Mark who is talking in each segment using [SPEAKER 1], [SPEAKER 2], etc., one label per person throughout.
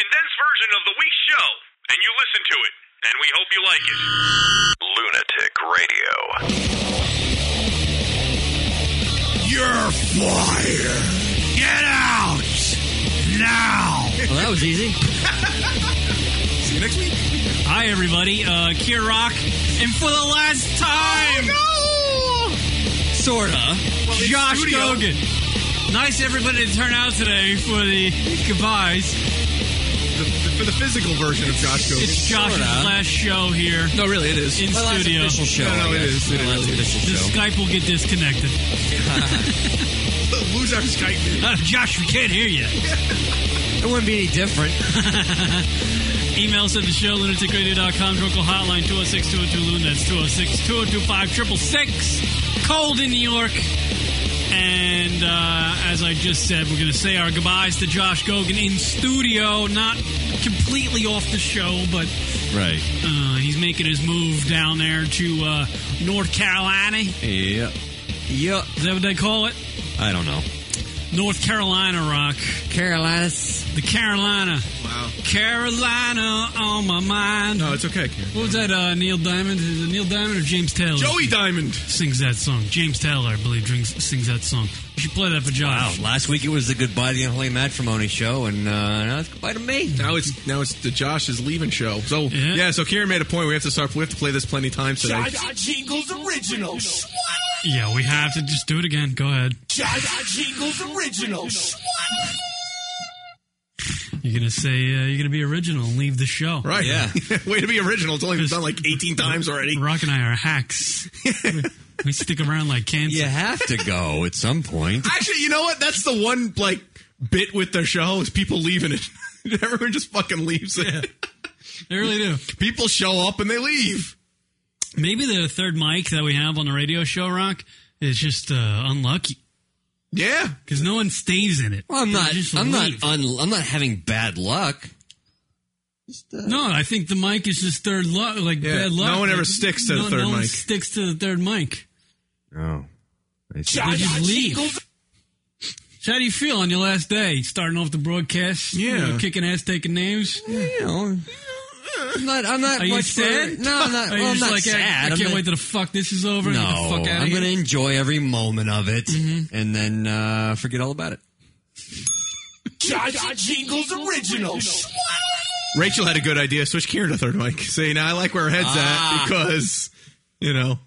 [SPEAKER 1] President of the Week show, and you listen to it, and we hope you like it. Lunatic Radio.
[SPEAKER 2] You're fired. Get out now.
[SPEAKER 3] Well, that was easy.
[SPEAKER 2] See you next week.
[SPEAKER 3] Hi, everybody. Uh, Kier Rock. And for the last time,
[SPEAKER 2] Oh,
[SPEAKER 3] sorta, Josh
[SPEAKER 2] studio.
[SPEAKER 3] Gogan. Nice, everybody, to turn out today for the goodbyes.
[SPEAKER 2] The, the, for the physical version of Josh Gogan.
[SPEAKER 3] It's Josh's last show here.
[SPEAKER 2] No, really, it is.
[SPEAKER 3] In
[SPEAKER 4] My last
[SPEAKER 3] studio.
[SPEAKER 4] official show.
[SPEAKER 2] No, no,
[SPEAKER 4] I
[SPEAKER 2] it
[SPEAKER 4] guess.
[SPEAKER 2] is. It
[SPEAKER 4] My
[SPEAKER 2] is.
[SPEAKER 4] last official
[SPEAKER 3] The
[SPEAKER 4] show.
[SPEAKER 3] Skype will get disconnected.
[SPEAKER 2] Lose our Skype.
[SPEAKER 3] Uh, Josh, we can't hear you.
[SPEAKER 4] It wouldn't be any different.
[SPEAKER 3] Email us at the show, lunaticradio.com, Drunkle Hotline, 206 202 Loon. oh That's 206 202 666. Cold in New York. And uh, as I just said, we're going to say our goodbyes to Josh Gogan in studio, not completely off the show, but
[SPEAKER 5] Right.
[SPEAKER 3] uh, he's making his move down there to uh, North Carolina.
[SPEAKER 5] Yeah.
[SPEAKER 4] Yup.
[SPEAKER 3] Is that what they call it?
[SPEAKER 5] I don't know.
[SPEAKER 3] North Carolina rock.
[SPEAKER 4] Carolinas.
[SPEAKER 3] The Carolina.
[SPEAKER 2] Wow.
[SPEAKER 3] Carolina on my mind.
[SPEAKER 2] No, it's okay. Karen.
[SPEAKER 3] What was that, uh, Neil Diamond? Is it Neil Diamond or James Taylor?
[SPEAKER 2] Joey Diamond.
[SPEAKER 3] sings that song. James Taylor, I believe, drinks, sings that song. You should play that for
[SPEAKER 4] Wow.
[SPEAKER 3] Josh.
[SPEAKER 4] Last week it was the Goodbye to the Unholy Matrimony show, and uh, now it's goodbye to me.
[SPEAKER 2] Now it's now it's the Josh is leaving show. So
[SPEAKER 3] Yeah.
[SPEAKER 2] yeah, so Kieran made a point. We have to start. We have to play this plenty of times today.
[SPEAKER 6] Jaja Jingles Original.
[SPEAKER 3] Yeah, we have to just do it again. Go ahead.
[SPEAKER 6] Jaja Jingles Original.
[SPEAKER 3] You're gonna say uh, you're gonna be original and leave the show.
[SPEAKER 2] Right?
[SPEAKER 4] Yeah.
[SPEAKER 2] Way to be original. It's only been done like eighteen times already.
[SPEAKER 3] Rock and I are hacks. we, we stick around like cancer.
[SPEAKER 4] You have to go at some point.
[SPEAKER 2] Actually, you know what? That's the one like bit with the show is people leaving it. Everyone just fucking leaves it.
[SPEAKER 3] They really do.
[SPEAKER 2] People show up and they leave.
[SPEAKER 3] Maybe the third mic that we have on the radio show, Rock, is just uh, unlucky
[SPEAKER 2] Yeah.
[SPEAKER 3] because no one stays in it.
[SPEAKER 4] Well, I'm
[SPEAKER 3] They
[SPEAKER 4] not.
[SPEAKER 3] just
[SPEAKER 4] I'm
[SPEAKER 3] leave.
[SPEAKER 4] not. Un, I'm not having bad luck. uh,
[SPEAKER 3] No, I think the mic is just third luck, like
[SPEAKER 2] Yeah,
[SPEAKER 3] bad luck.
[SPEAKER 2] no one ever
[SPEAKER 3] Like,
[SPEAKER 2] sticks to the
[SPEAKER 3] no-
[SPEAKER 2] third
[SPEAKER 3] no One
[SPEAKER 2] mic.
[SPEAKER 3] sticks to the third mic.
[SPEAKER 4] Oh.
[SPEAKER 3] They just leave. So how do you feel on your last day, starting off the broadcast? you
[SPEAKER 2] Yeah.
[SPEAKER 3] know, kicking ass, taking names.
[SPEAKER 4] You know, I'm not. I'm not
[SPEAKER 3] Are you
[SPEAKER 4] much
[SPEAKER 3] sad?
[SPEAKER 4] For, no, I'm not.
[SPEAKER 3] Are you
[SPEAKER 4] Well, I'm
[SPEAKER 3] just
[SPEAKER 4] not
[SPEAKER 3] like, I-
[SPEAKER 4] sad.
[SPEAKER 3] I,
[SPEAKER 4] I'm
[SPEAKER 3] can't
[SPEAKER 4] not-
[SPEAKER 3] wait till the fuck this is over.
[SPEAKER 4] No,
[SPEAKER 3] and get the fuck out
[SPEAKER 4] I'm
[SPEAKER 3] here. Mm-hmm.
[SPEAKER 4] going to enjoy every moment of it, and then uh, forget all about it.
[SPEAKER 6] Jaja Jingles Original.
[SPEAKER 2] Rachel had a good idea. Switch Kieran to third mic. See, now I like where her head's
[SPEAKER 4] Ah.
[SPEAKER 2] at because, you know.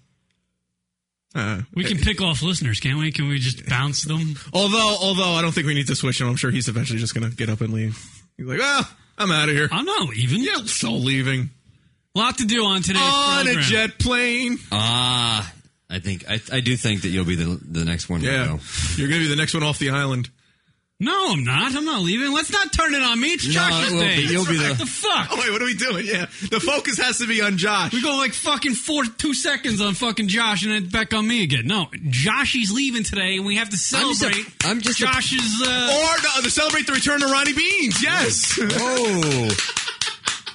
[SPEAKER 2] Uh,
[SPEAKER 3] We can pick off listeners, can't we? Can we just bounce them?
[SPEAKER 2] although, although I don't think we need to switch him. I'm sure he's eventually just going to get up and leave. He's like, well, I'm out of here.
[SPEAKER 3] I'm not leaving.
[SPEAKER 2] yeah, so leaving
[SPEAKER 3] Lot to do on today's
[SPEAKER 2] on
[SPEAKER 3] program.
[SPEAKER 2] a jet plane.
[SPEAKER 4] Ah, I think I, I do think that you'll be the the next one.
[SPEAKER 2] Yeah,
[SPEAKER 4] To go.
[SPEAKER 2] you're going to be the next one off the island.
[SPEAKER 3] No, I'm not. I'm not leaving. Let's not turn it on me. It's
[SPEAKER 4] No,
[SPEAKER 3] Josh's
[SPEAKER 4] it will
[SPEAKER 3] day.
[SPEAKER 4] be. You'll be
[SPEAKER 3] What
[SPEAKER 4] the-
[SPEAKER 3] the fuck?
[SPEAKER 2] Oh wait, what are we doing? Yeah, the focus has to be on Josh.
[SPEAKER 3] We go like fucking four, two seconds on fucking Josh, and then back on me again. No, Joshy's leaving today, and we have to
[SPEAKER 4] I'm just a-
[SPEAKER 3] celebrate.
[SPEAKER 4] I'm just a-
[SPEAKER 3] Josh's.
[SPEAKER 2] Or
[SPEAKER 3] uh,
[SPEAKER 2] no, to celebrate the return of Ronnie Beans. Yes, it
[SPEAKER 4] Oh,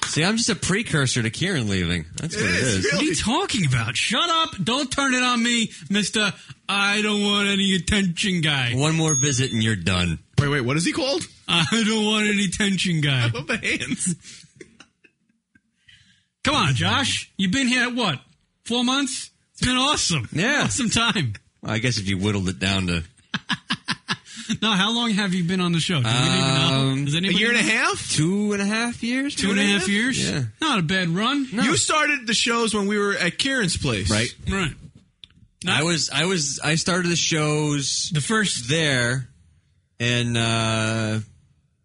[SPEAKER 4] see, I'm just a precursor to Kieran leaving. That's what it
[SPEAKER 2] is.
[SPEAKER 4] is.
[SPEAKER 3] What are
[SPEAKER 2] Really.
[SPEAKER 3] you talking about? Shut up. Don't turn it on me, Mr. I don't want any attention guy.
[SPEAKER 4] One more visit and you're done.
[SPEAKER 2] Wait, wait, what is he called?
[SPEAKER 3] I don't want any attention guy.
[SPEAKER 2] Love the hands.
[SPEAKER 3] Come on, Josh. You've been here at what? Four months? It's been awesome.
[SPEAKER 4] Yeah.
[SPEAKER 3] Awesome time.
[SPEAKER 4] Well, I guess if you whittled it down to
[SPEAKER 3] Now, how long have you been on the show? Do we even know?
[SPEAKER 4] Um,
[SPEAKER 3] Does
[SPEAKER 2] A
[SPEAKER 3] anybody
[SPEAKER 2] year and a
[SPEAKER 3] know?
[SPEAKER 2] half.
[SPEAKER 4] two and a half years,
[SPEAKER 3] Two and a half years?
[SPEAKER 4] Yeah.
[SPEAKER 3] Not a bad run.
[SPEAKER 2] You started the shows when we were at Karen's place,
[SPEAKER 4] right?
[SPEAKER 3] Right.
[SPEAKER 4] I was, I was, I started the shows
[SPEAKER 3] The first
[SPEAKER 4] there, and uh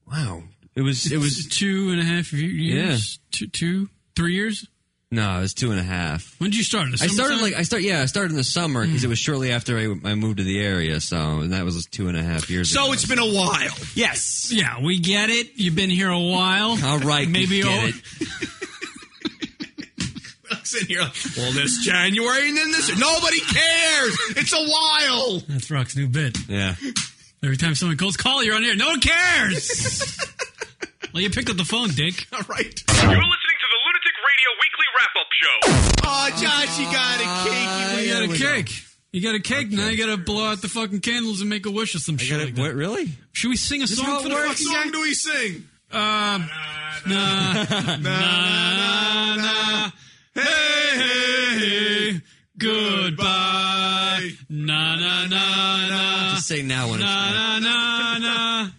[SPEAKER 4] wow, it was, it was
[SPEAKER 3] two and a half years.
[SPEAKER 4] Yeah.
[SPEAKER 3] Two, two, three years?
[SPEAKER 4] no, it was two and a half.
[SPEAKER 3] When did you start? The
[SPEAKER 4] I started
[SPEAKER 3] summertime?
[SPEAKER 4] like I start yeah I started in the summer because it was shortly after I, I moved to the area so and that was two and a half years ago.
[SPEAKER 2] So it's been a while.
[SPEAKER 4] yes
[SPEAKER 3] Yeah, we get it. You've been here a while.
[SPEAKER 4] all right
[SPEAKER 3] Maybe
[SPEAKER 4] we
[SPEAKER 3] I'll-
[SPEAKER 4] get it
[SPEAKER 2] I'm sitting here like, well, this January and then this. Nobody cares. It's a while.
[SPEAKER 3] That's Rock's new bit.
[SPEAKER 4] yeah
[SPEAKER 3] Every time someone calls, call, you're on air. No one cares. well, you picked up the phone, Dick.
[SPEAKER 2] All right.
[SPEAKER 1] You're listening to the Lunatic Radio Weekly Wrap Up Show.
[SPEAKER 2] Oh, Josh, you got a cake.
[SPEAKER 3] You got
[SPEAKER 4] Oh, there
[SPEAKER 3] a
[SPEAKER 4] we
[SPEAKER 3] cake. You got a cake. Now you got to blow out the fucking candles and make a wish or some shit.
[SPEAKER 4] Gotta-
[SPEAKER 3] like that.
[SPEAKER 4] what really
[SPEAKER 3] Should we sing a
[SPEAKER 4] how
[SPEAKER 3] song for
[SPEAKER 4] it
[SPEAKER 3] the
[SPEAKER 4] works.
[SPEAKER 2] What
[SPEAKER 3] fucking
[SPEAKER 2] song
[SPEAKER 3] guy?
[SPEAKER 2] do we sing?
[SPEAKER 3] Um, nah, nah, nah, nah.
[SPEAKER 2] Hey, hey, hey.
[SPEAKER 3] Goodbye. Na na na na.
[SPEAKER 4] Just sing that one.
[SPEAKER 3] Na na na na.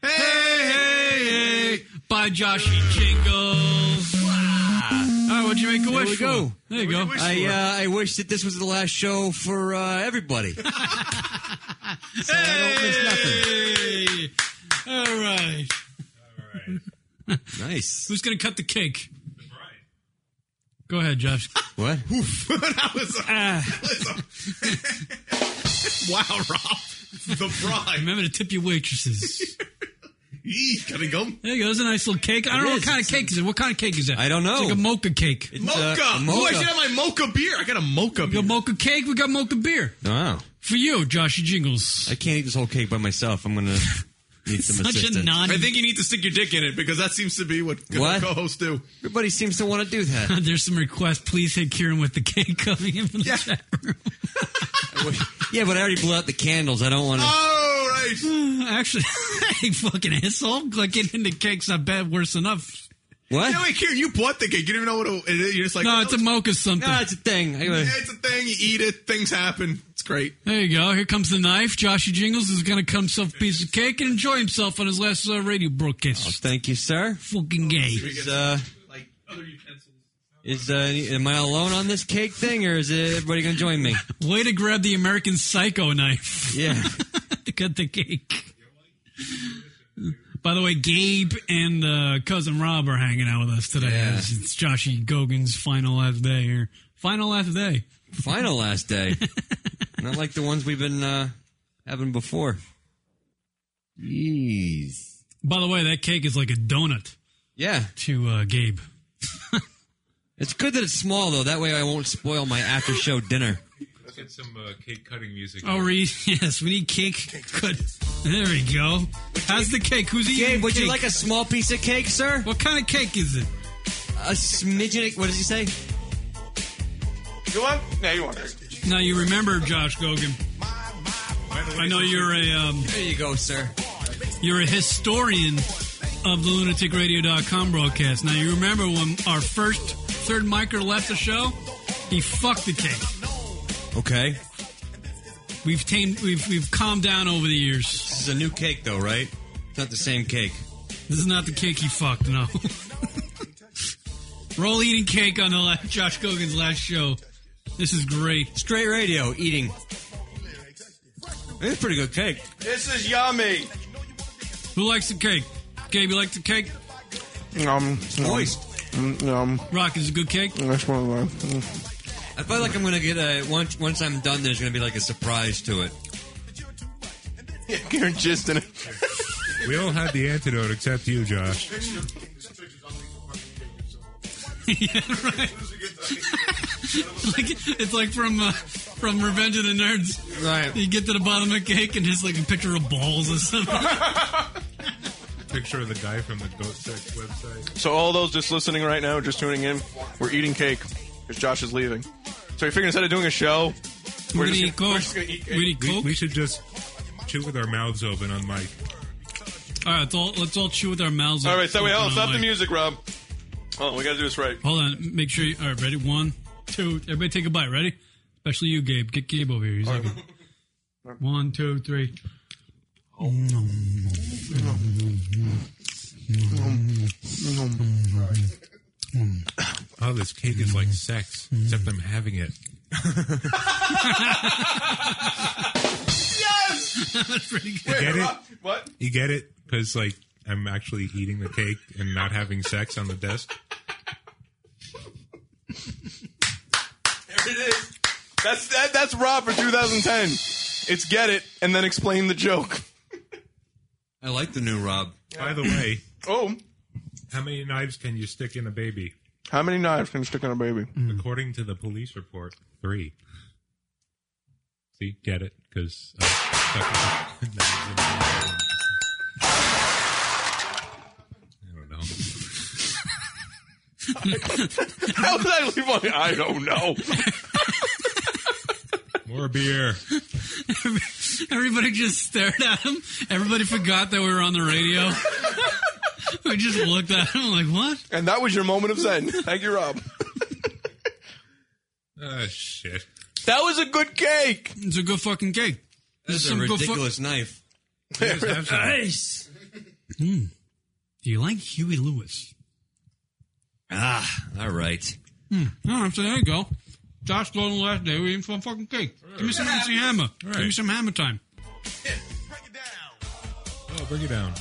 [SPEAKER 2] Hey, hey, hey.
[SPEAKER 3] By Joshy Jingles. All right, what'd you make a wish
[SPEAKER 4] we
[SPEAKER 3] for?
[SPEAKER 4] go.
[SPEAKER 3] There you go.
[SPEAKER 4] I uh, I wish that this was the last show for uh, everybody. so I don't miss nothing.
[SPEAKER 3] Hey. All right.
[SPEAKER 4] Nice.
[SPEAKER 3] Who's going to cut the cake? Go ahead, Josh.
[SPEAKER 4] What?
[SPEAKER 2] that was a,
[SPEAKER 3] Ah,
[SPEAKER 2] wow, Rob. The bride.
[SPEAKER 3] remember to tip your waitresses.
[SPEAKER 2] Eee, Cutting gum.
[SPEAKER 3] There you go. That's a nice little cake. I don't
[SPEAKER 4] It
[SPEAKER 3] know what
[SPEAKER 4] is.
[SPEAKER 3] kind of cake is it. What kind of cake is that?
[SPEAKER 4] I don't know.
[SPEAKER 3] It's like a mocha cake.
[SPEAKER 2] Mocha.
[SPEAKER 4] Uh,
[SPEAKER 2] Oh, I
[SPEAKER 4] mocha.
[SPEAKER 2] should have my mocha beer. I got a mocha
[SPEAKER 3] We
[SPEAKER 2] beer.
[SPEAKER 3] got mocha cake. We got mocha beer
[SPEAKER 4] Wow.
[SPEAKER 3] for you, Joshy Jingles.
[SPEAKER 4] I can't eat this whole cake by myself. I'm gonna need some
[SPEAKER 3] Such
[SPEAKER 4] assistance.
[SPEAKER 3] a non.
[SPEAKER 2] I think you need to stick your dick in it because that seems to be what,
[SPEAKER 4] What?
[SPEAKER 2] co-hosts do.
[SPEAKER 4] Everybody seems to want to do that.
[SPEAKER 3] There's some requests. Please hit Kieran with the cake coming in from the
[SPEAKER 2] Yeah.
[SPEAKER 3] chat room.
[SPEAKER 4] yeah, but I already blew out the candles. I don't
[SPEAKER 2] Oh.
[SPEAKER 4] want to.
[SPEAKER 2] Uh, All right.
[SPEAKER 3] Actually, hey, fucking asshole. Like, getting into cake's not bad, worse enough.
[SPEAKER 4] what?
[SPEAKER 2] No, wait, Kieran, you bought the cake. You didn't even know what it is. You're just like,
[SPEAKER 3] No,
[SPEAKER 2] oh,
[SPEAKER 3] it's a mocha something.
[SPEAKER 4] no, Ah, it's a thing. I gotta-
[SPEAKER 2] yeah, it's a thing. You eat it. Things happen. It's great.
[SPEAKER 3] There you go. Here comes the knife. Joshy Jingles is going to cut himself a piece of cake and enjoy himself on his last uh, radio broadcast.
[SPEAKER 4] Thank you, sir.
[SPEAKER 2] Oh,
[SPEAKER 3] Fucking gay.
[SPEAKER 4] Is, uh,
[SPEAKER 2] Like other utensils.
[SPEAKER 4] is uh, am I alone on this cake thing, or is it everybody gonna join me?
[SPEAKER 3] Way to grab the American Psycho knife
[SPEAKER 4] Yeah.
[SPEAKER 3] to cut the cake. By the way, Gabe and uh, cousin Rob are hanging out with us today.
[SPEAKER 4] Yeah.
[SPEAKER 3] It's, it's Joshy Gogan's final last day here. Final last day.
[SPEAKER 4] Final last day. Not like the ones we've been uh, having before. Jeez.
[SPEAKER 3] By the way, that cake is like a donut
[SPEAKER 4] Yeah,
[SPEAKER 3] to uh, Gabe.
[SPEAKER 4] it's good that it's small though. That way I won't spoil my after show dinner.
[SPEAKER 5] Let's get some uh, cake cutting music.
[SPEAKER 3] Oh, we, yes, we need cake. Good. There we go. How's the cake? Who's eating
[SPEAKER 4] Gabe,
[SPEAKER 3] the
[SPEAKER 4] would you
[SPEAKER 3] cake?
[SPEAKER 4] like a small piece of cake, sir?
[SPEAKER 3] What kind of cake is it?
[SPEAKER 4] A smidgen. What does he say?
[SPEAKER 7] You want? No, you want. it.
[SPEAKER 3] Now you remember Josh Gogan. I know you're a um,
[SPEAKER 4] There you go, sir.
[SPEAKER 3] you're a historian of the lunaticradio.com broadcast. Now you remember when our first third micer left the show, he fucked the cake.
[SPEAKER 4] Okay.
[SPEAKER 3] We've tamed, we've we've calmed down over the years.
[SPEAKER 4] This is a new cake though, right? It's not the same cake.
[SPEAKER 3] This is not the cake he fucked. No. Roll eating cake on the last, Josh Gogan's last show. This is great.
[SPEAKER 4] Straight radio eating. It's a pretty good cake.
[SPEAKER 7] This is yummy.
[SPEAKER 3] Who likes the cake? Gabe, you like the cake?
[SPEAKER 7] Um,
[SPEAKER 4] Moist.
[SPEAKER 7] um,
[SPEAKER 3] Rock is a good cake.
[SPEAKER 7] that's one uh, mm. of them.
[SPEAKER 4] I feel like I'm gonna get a once once I'm done. There's gonna be like a surprise to it.
[SPEAKER 7] Yeah, Karen just in it.
[SPEAKER 5] We all had the antidote except you, Josh.
[SPEAKER 3] yeah, right. like it's like from uh, from Revenge of the Nerds.
[SPEAKER 4] Right.
[SPEAKER 3] You get to the bottom of the cake and it's like a picture of balls or something.
[SPEAKER 5] Picture of the guy from the Goat Sex website.
[SPEAKER 7] So all those just listening right now, just tuning in, we're eating cake because Josh is leaving. So we figured instead of doing a show,
[SPEAKER 3] We're gonna
[SPEAKER 7] just
[SPEAKER 3] eat
[SPEAKER 7] gonna- we're
[SPEAKER 3] coke.
[SPEAKER 7] just gonna eat
[SPEAKER 3] We need
[SPEAKER 5] We,
[SPEAKER 3] coke.
[SPEAKER 5] we should just chew with our mouths open on mic.
[SPEAKER 3] All right, let's all, let's all chew with our mouths.
[SPEAKER 7] all right. So wait,
[SPEAKER 3] open
[SPEAKER 7] hold on,
[SPEAKER 3] on
[SPEAKER 7] stop the
[SPEAKER 3] mic.
[SPEAKER 7] music, Rob. Oh, we gotta do this right.
[SPEAKER 3] Hold on, make sure. You, all right, ready? One, two. Everybody, take a bite. Ready? Especially you, Gabe. Get Gabe over here. He's like one, two, three.
[SPEAKER 5] Oh, this cake is like sex, except I'm having it.
[SPEAKER 7] Yes.
[SPEAKER 3] That's pretty good.
[SPEAKER 7] Wait,
[SPEAKER 5] Get it?
[SPEAKER 7] Rob, What?
[SPEAKER 5] You get it? Because like I'm actually eating the cake and not having sex on the desk.
[SPEAKER 7] There it is. That's that, that's Rob for 2010. It's get it and then explain the joke.
[SPEAKER 4] I like the new Rob.
[SPEAKER 5] By the way,
[SPEAKER 7] Oh,
[SPEAKER 5] how many knives can you stick in a baby?
[SPEAKER 7] how many knives can you stick on a baby?
[SPEAKER 5] According to the police report, three. See, get it? uh, Because. I don't know.
[SPEAKER 7] How did I leave on? I don't know.
[SPEAKER 5] More beer.
[SPEAKER 3] Everybody just stared at him. Everybody forgot that we were on the radio. we just looked at him like, what?
[SPEAKER 7] And that was your moment of zen. Thank you, Rob.
[SPEAKER 5] Oh, shit.
[SPEAKER 7] That was a good cake.
[SPEAKER 3] It's a good fucking cake.
[SPEAKER 4] This is a
[SPEAKER 3] Some good fu-
[SPEAKER 4] ridiculous knife.
[SPEAKER 5] Just have some.
[SPEAKER 3] Nice. Hmm. Do you like Huey Lewis?
[SPEAKER 4] Ah, all right.
[SPEAKER 3] No, I'm saying, there you go. Josh Golden last day. We eating some fucking cake. Give me some MC Hammer. Give me some Hammer time.
[SPEAKER 5] Oh, bring it down.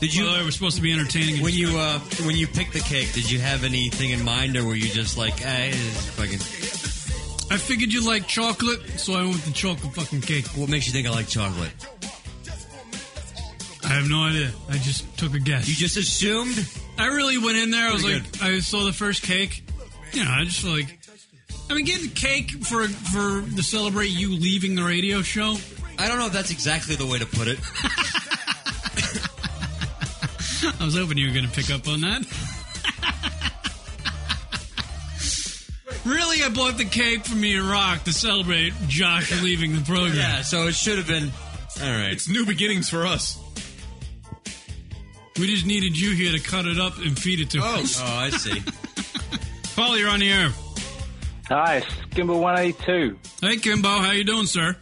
[SPEAKER 4] Did
[SPEAKER 3] You
[SPEAKER 4] you
[SPEAKER 3] well, it was supposed to be entertaining.
[SPEAKER 4] when you uh when you picked the cake? Did you have anything in mind, or were you just like, eh, this is fucking?
[SPEAKER 3] I figured you like chocolate, so I went with the chocolate fucking cake.
[SPEAKER 4] What makes you think I like chocolate?
[SPEAKER 3] I have no idea. I just took a guess.
[SPEAKER 4] You just assumed.
[SPEAKER 3] I really went in there. I was
[SPEAKER 4] Pretty
[SPEAKER 3] like, I saw the first cake. You know, I just like, I mean, getting cake for for to celebrate you leaving the radio show.
[SPEAKER 4] I don't know if that's exactly the way to put it.
[SPEAKER 3] I was hoping you were going to pick up on that. really, I bought the cake for me and Rock to celebrate Josh leaving the program.
[SPEAKER 4] Yeah, so it should have been. All right.
[SPEAKER 2] It's new beginnings for us.
[SPEAKER 3] We just needed you here to cut it up and feed it to us.
[SPEAKER 4] Oh, I see.
[SPEAKER 3] Paul, you're on the air.
[SPEAKER 8] Hi, Skimble 182.
[SPEAKER 3] Hey, Kimbo, how you doing, sir?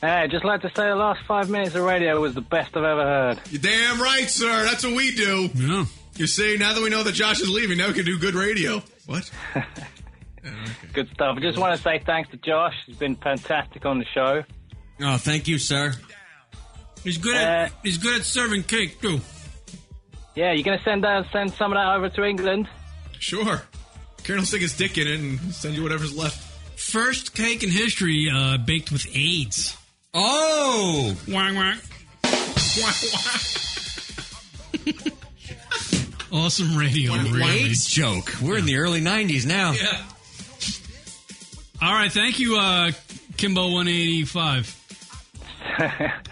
[SPEAKER 8] Hey, just like to say the last five minutes of radio was the best I've ever heard.
[SPEAKER 2] You're damn right, sir. That's what we do.
[SPEAKER 3] Yeah.
[SPEAKER 2] You see, now that we know that Josh is leaving, now we can do good radio. What?
[SPEAKER 8] Good stuff. I just want to say thanks to Josh. He's been fantastic on the show.
[SPEAKER 4] Oh, thank you, sir.
[SPEAKER 3] He's good at
[SPEAKER 8] Uh,
[SPEAKER 3] he's good at serving cake too.
[SPEAKER 8] Yeah, you're going to send uh, send some of that over to England?
[SPEAKER 2] Sure. Karen will stick his dick in it and send you whatever's left.
[SPEAKER 3] First cake in history uh, baked with AIDS.
[SPEAKER 4] Oh,
[SPEAKER 3] Wang wang. Awesome radio, really.
[SPEAKER 4] AIDS joke. We're in the early '90s now.
[SPEAKER 3] All right, thank you, uh, Kimbo one eighty five.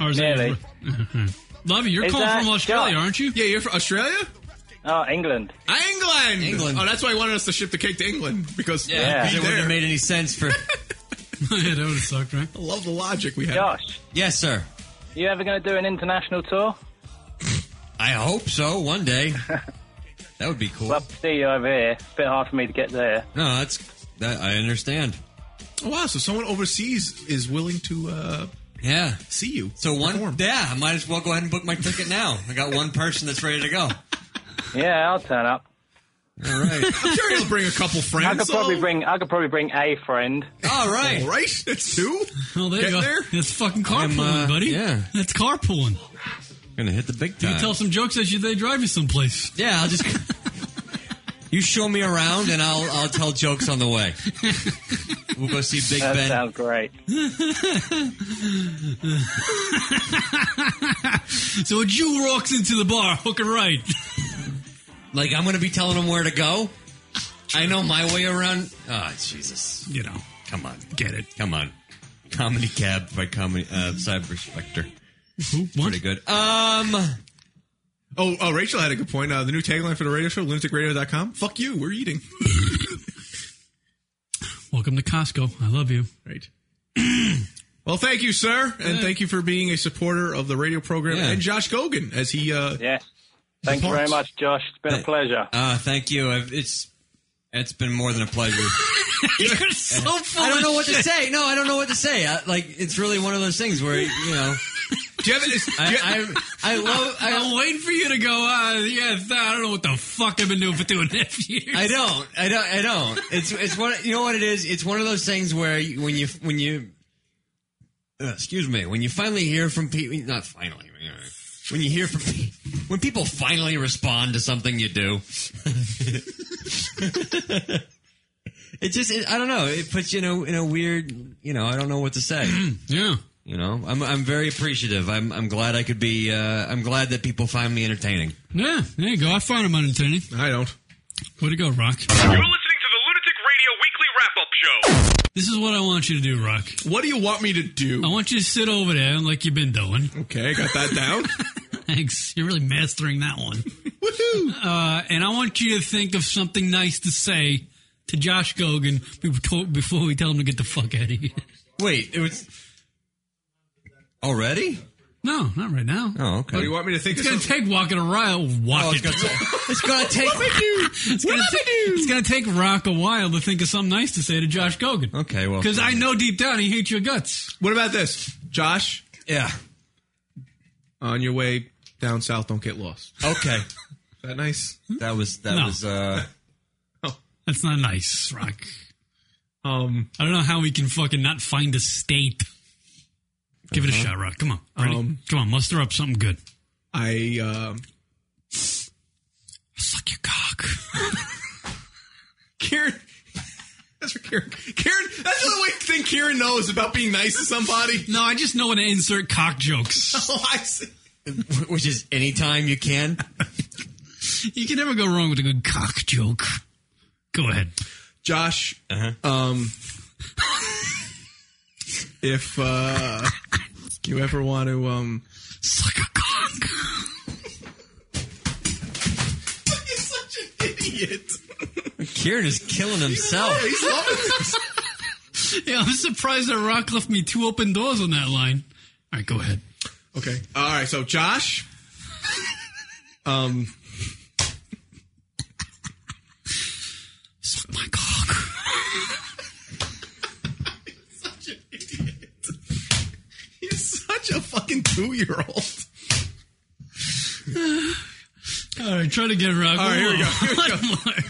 [SPEAKER 8] Nearly.
[SPEAKER 3] Love you. You're
[SPEAKER 8] Is
[SPEAKER 3] calling
[SPEAKER 8] that
[SPEAKER 3] from Australia,
[SPEAKER 8] Josh?
[SPEAKER 3] aren't you?
[SPEAKER 2] Yeah, you're from Australia?
[SPEAKER 8] Oh, England.
[SPEAKER 2] England!
[SPEAKER 4] England.
[SPEAKER 2] Oh, that's why he wanted us to ship the cake to England because
[SPEAKER 8] Yeah.
[SPEAKER 2] we'd
[SPEAKER 4] It
[SPEAKER 2] be
[SPEAKER 4] wouldn't
[SPEAKER 2] there.
[SPEAKER 4] have made any sense for.
[SPEAKER 3] yeah, that would have sucked, right?
[SPEAKER 2] I love the logic we have.
[SPEAKER 8] Josh,
[SPEAKER 4] yes, sir.
[SPEAKER 8] you ever going to do an international tour?
[SPEAKER 4] I hope so. One day. That would be cool.
[SPEAKER 8] Love to see you over here. It's a bit hard for me to get there.
[SPEAKER 4] no, that's that. I understand.
[SPEAKER 2] Oh, wow. So someone overseas is willing to uh,
[SPEAKER 4] Yeah.
[SPEAKER 2] see you.
[SPEAKER 4] So one.
[SPEAKER 2] perform.
[SPEAKER 4] Yeah, I might as well go ahead and book my ticket now. I got one person that's ready to go.
[SPEAKER 8] Yeah, I'll turn up.
[SPEAKER 4] All right.
[SPEAKER 2] I'm sure he'll bring a couple friends.
[SPEAKER 8] I could probably
[SPEAKER 2] so-
[SPEAKER 8] bring I could probably bring a friend.
[SPEAKER 4] All right.
[SPEAKER 2] All right? That's two?
[SPEAKER 3] Oh, there
[SPEAKER 2] Get
[SPEAKER 3] you go.
[SPEAKER 2] there?
[SPEAKER 3] That's fucking
[SPEAKER 4] I'm,
[SPEAKER 3] carpooling,
[SPEAKER 4] uh,
[SPEAKER 3] buddy.
[SPEAKER 4] yeah.
[SPEAKER 3] that's carpooling.
[SPEAKER 4] Gonna hit the big
[SPEAKER 3] You
[SPEAKER 4] time.
[SPEAKER 3] can tell some jokes as you they drive you someplace.
[SPEAKER 4] yeah, I'll just. you show me around, and I'll I'll tell jokes on the way. We'll go see Big
[SPEAKER 8] That
[SPEAKER 4] Ben.
[SPEAKER 8] sounds great.
[SPEAKER 3] So a Jew walks into the bar, hook and right.
[SPEAKER 4] Like I'm gonna be telling them where to go. I know my way around. Ah, Jesus!
[SPEAKER 3] You know,
[SPEAKER 4] Come on,
[SPEAKER 3] get it.
[SPEAKER 4] come on. Comedy cab by comedy uh, cyber specter.
[SPEAKER 3] Who? What?
[SPEAKER 4] Pretty good. Um,
[SPEAKER 2] Oh, oh, Rachel had a good point. Uh, the new tagline for the radio show, lunaticradio.com. Fuck you. We're eating.
[SPEAKER 3] Welcome to Costco. I love you.
[SPEAKER 2] Right. well, thank you, sir, and thank you for being a supporter of the radio program
[SPEAKER 4] Yeah.
[SPEAKER 2] and Josh Gogan as he. Uh,
[SPEAKER 8] Yes. Thank you very
[SPEAKER 2] Departs.
[SPEAKER 8] much, Josh. It's been a
[SPEAKER 4] Hey.
[SPEAKER 8] pleasure.
[SPEAKER 4] uh, thank you. I've, it's it's been more than a pleasure.
[SPEAKER 3] You're so full
[SPEAKER 4] I don't
[SPEAKER 3] of
[SPEAKER 4] know what
[SPEAKER 3] shit.
[SPEAKER 4] to say. No, I don't know what to say. I, like it's really one of those things where you know.
[SPEAKER 2] do you have, is, do you-
[SPEAKER 4] I I, I love. I,
[SPEAKER 3] I'm waiting for you to go. Uh, yeah, th- I don't know what the fuck I've been doing for two and a half years.
[SPEAKER 4] I don't. I don't. I don't. It's it's one. You know what it is? It's one of those things where you, when you when you uh, excuse me when you finally hear from people. Not finally. you know, When you hear from pe- when people finally respond to something you do. it just. It, I don't know. It puts you in a in a weird. You know. I don't know what to say.
[SPEAKER 3] Yeah.
[SPEAKER 4] you know. I'm I'm very appreciative. I'm I'm glad I could be. Uh, I'm glad that people find me entertaining.
[SPEAKER 3] Yeah, there you go. I found him unintended.
[SPEAKER 2] I don't.
[SPEAKER 3] Way to go, Rock.
[SPEAKER 1] You're listening to the Lunatic Radio Weekly Wrap Up Show.
[SPEAKER 3] This is what I want you to do, Rock.
[SPEAKER 2] What do you want me to do?
[SPEAKER 3] I want you to sit over there like you've been doing.
[SPEAKER 2] Okay, I got that down.
[SPEAKER 3] Thanks. You're really mastering that one. Uh, and I want you to think of something nice to say to Josh Gogan before- before we tell him to get the fuck out of here.
[SPEAKER 4] Wait, it was already.
[SPEAKER 3] No, not right now.
[SPEAKER 4] Oh, okay.
[SPEAKER 2] Oh, you want me to think
[SPEAKER 3] It's
[SPEAKER 2] of
[SPEAKER 3] gonna
[SPEAKER 2] something?
[SPEAKER 3] take walking a while. Walk
[SPEAKER 4] Oh, it's
[SPEAKER 3] it.
[SPEAKER 4] gonna take. It's gonna take.
[SPEAKER 3] It's gonna, ta- it's gonna take Rock a while to think of something nice to say to Josh Gogan.
[SPEAKER 4] Okay, well,
[SPEAKER 3] Because I know deep down he hates your guts.
[SPEAKER 2] what about this, Josh?
[SPEAKER 4] yeah.
[SPEAKER 2] On your way down south, don't get lost. Is
[SPEAKER 4] Okay,
[SPEAKER 2] that nice?
[SPEAKER 4] that was that
[SPEAKER 3] No.
[SPEAKER 4] was. uh
[SPEAKER 3] That's not nice, Rock.
[SPEAKER 2] Um,
[SPEAKER 3] I don't know how we can fucking not find a state. Give it
[SPEAKER 4] Uh-huh.
[SPEAKER 3] a shot, Rock. Come on. Ready?
[SPEAKER 2] Um,
[SPEAKER 3] Come on, muster up something good.
[SPEAKER 2] I um,
[SPEAKER 3] Suck your cock.
[SPEAKER 2] Kieran. That's for Kieran. Kieran, that's the only way- thing Kieran knows about being nice to somebody.
[SPEAKER 3] No, I just know when to insert cock jokes.
[SPEAKER 2] Oh, I see.
[SPEAKER 4] Which is anytime you can.
[SPEAKER 3] you can never go wrong with a good cock joke. Go ahead.
[SPEAKER 2] Josh, um, if uh, you ever want to, um,
[SPEAKER 3] Suck a cock.
[SPEAKER 2] he's such an idiot.
[SPEAKER 4] Kieran is killing himself.
[SPEAKER 2] He's loving this.
[SPEAKER 3] Yeah, I'm surprised that Rock left me two open doors on that line. All right, go ahead.
[SPEAKER 2] Okay. All right. So Josh,
[SPEAKER 3] Suck my cock.
[SPEAKER 2] he's such a fucking two-year-old.
[SPEAKER 3] All right, try to get Rock. All
[SPEAKER 2] right, here we go,
[SPEAKER 3] One more.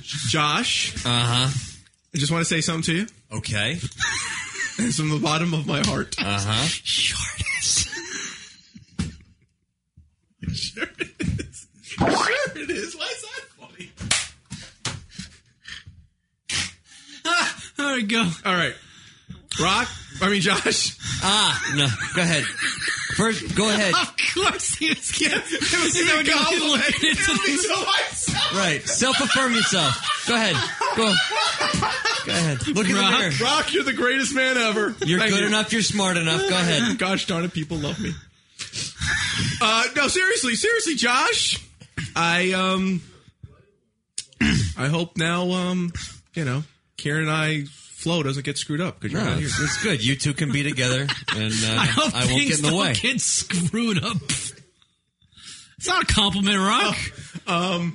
[SPEAKER 2] Josh,
[SPEAKER 4] Uh huh.
[SPEAKER 2] I just want to say something to you.
[SPEAKER 4] Okay.
[SPEAKER 2] It's from the bottom of my heart.
[SPEAKER 4] Uh huh.
[SPEAKER 3] Shortest.
[SPEAKER 2] Sure it is. Sure it is. Why is that funny?
[SPEAKER 3] All right, go.
[SPEAKER 2] All right. Rock, I mean Josh.
[SPEAKER 4] Ah, no. Go ahead. First, go ahead.
[SPEAKER 3] Of course he was kidding.
[SPEAKER 2] It was
[SPEAKER 3] even a compliment.
[SPEAKER 4] Right. Self affirm yourself. Go ahead. Go. Go ahead. Look in
[SPEAKER 3] Rock.
[SPEAKER 4] the mirror.
[SPEAKER 2] Rock, you're the greatest man ever.
[SPEAKER 4] You're
[SPEAKER 2] Thank
[SPEAKER 4] good
[SPEAKER 2] you.
[SPEAKER 4] enough. You're smart enough. Go ahead.
[SPEAKER 2] Gosh darn it, people love me. Uh, no, seriously, seriously, Josh. I um, I hope now um, you know, Karen and I flow doesn't get screwed up because you're
[SPEAKER 4] No,
[SPEAKER 2] not here.
[SPEAKER 4] it's, it's good. You two can be together, and uh,
[SPEAKER 3] I hope
[SPEAKER 4] I won't
[SPEAKER 3] things
[SPEAKER 4] get in the
[SPEAKER 3] don't
[SPEAKER 4] way.
[SPEAKER 3] get screwed up. It's not a compliment, Rock.
[SPEAKER 2] Oh.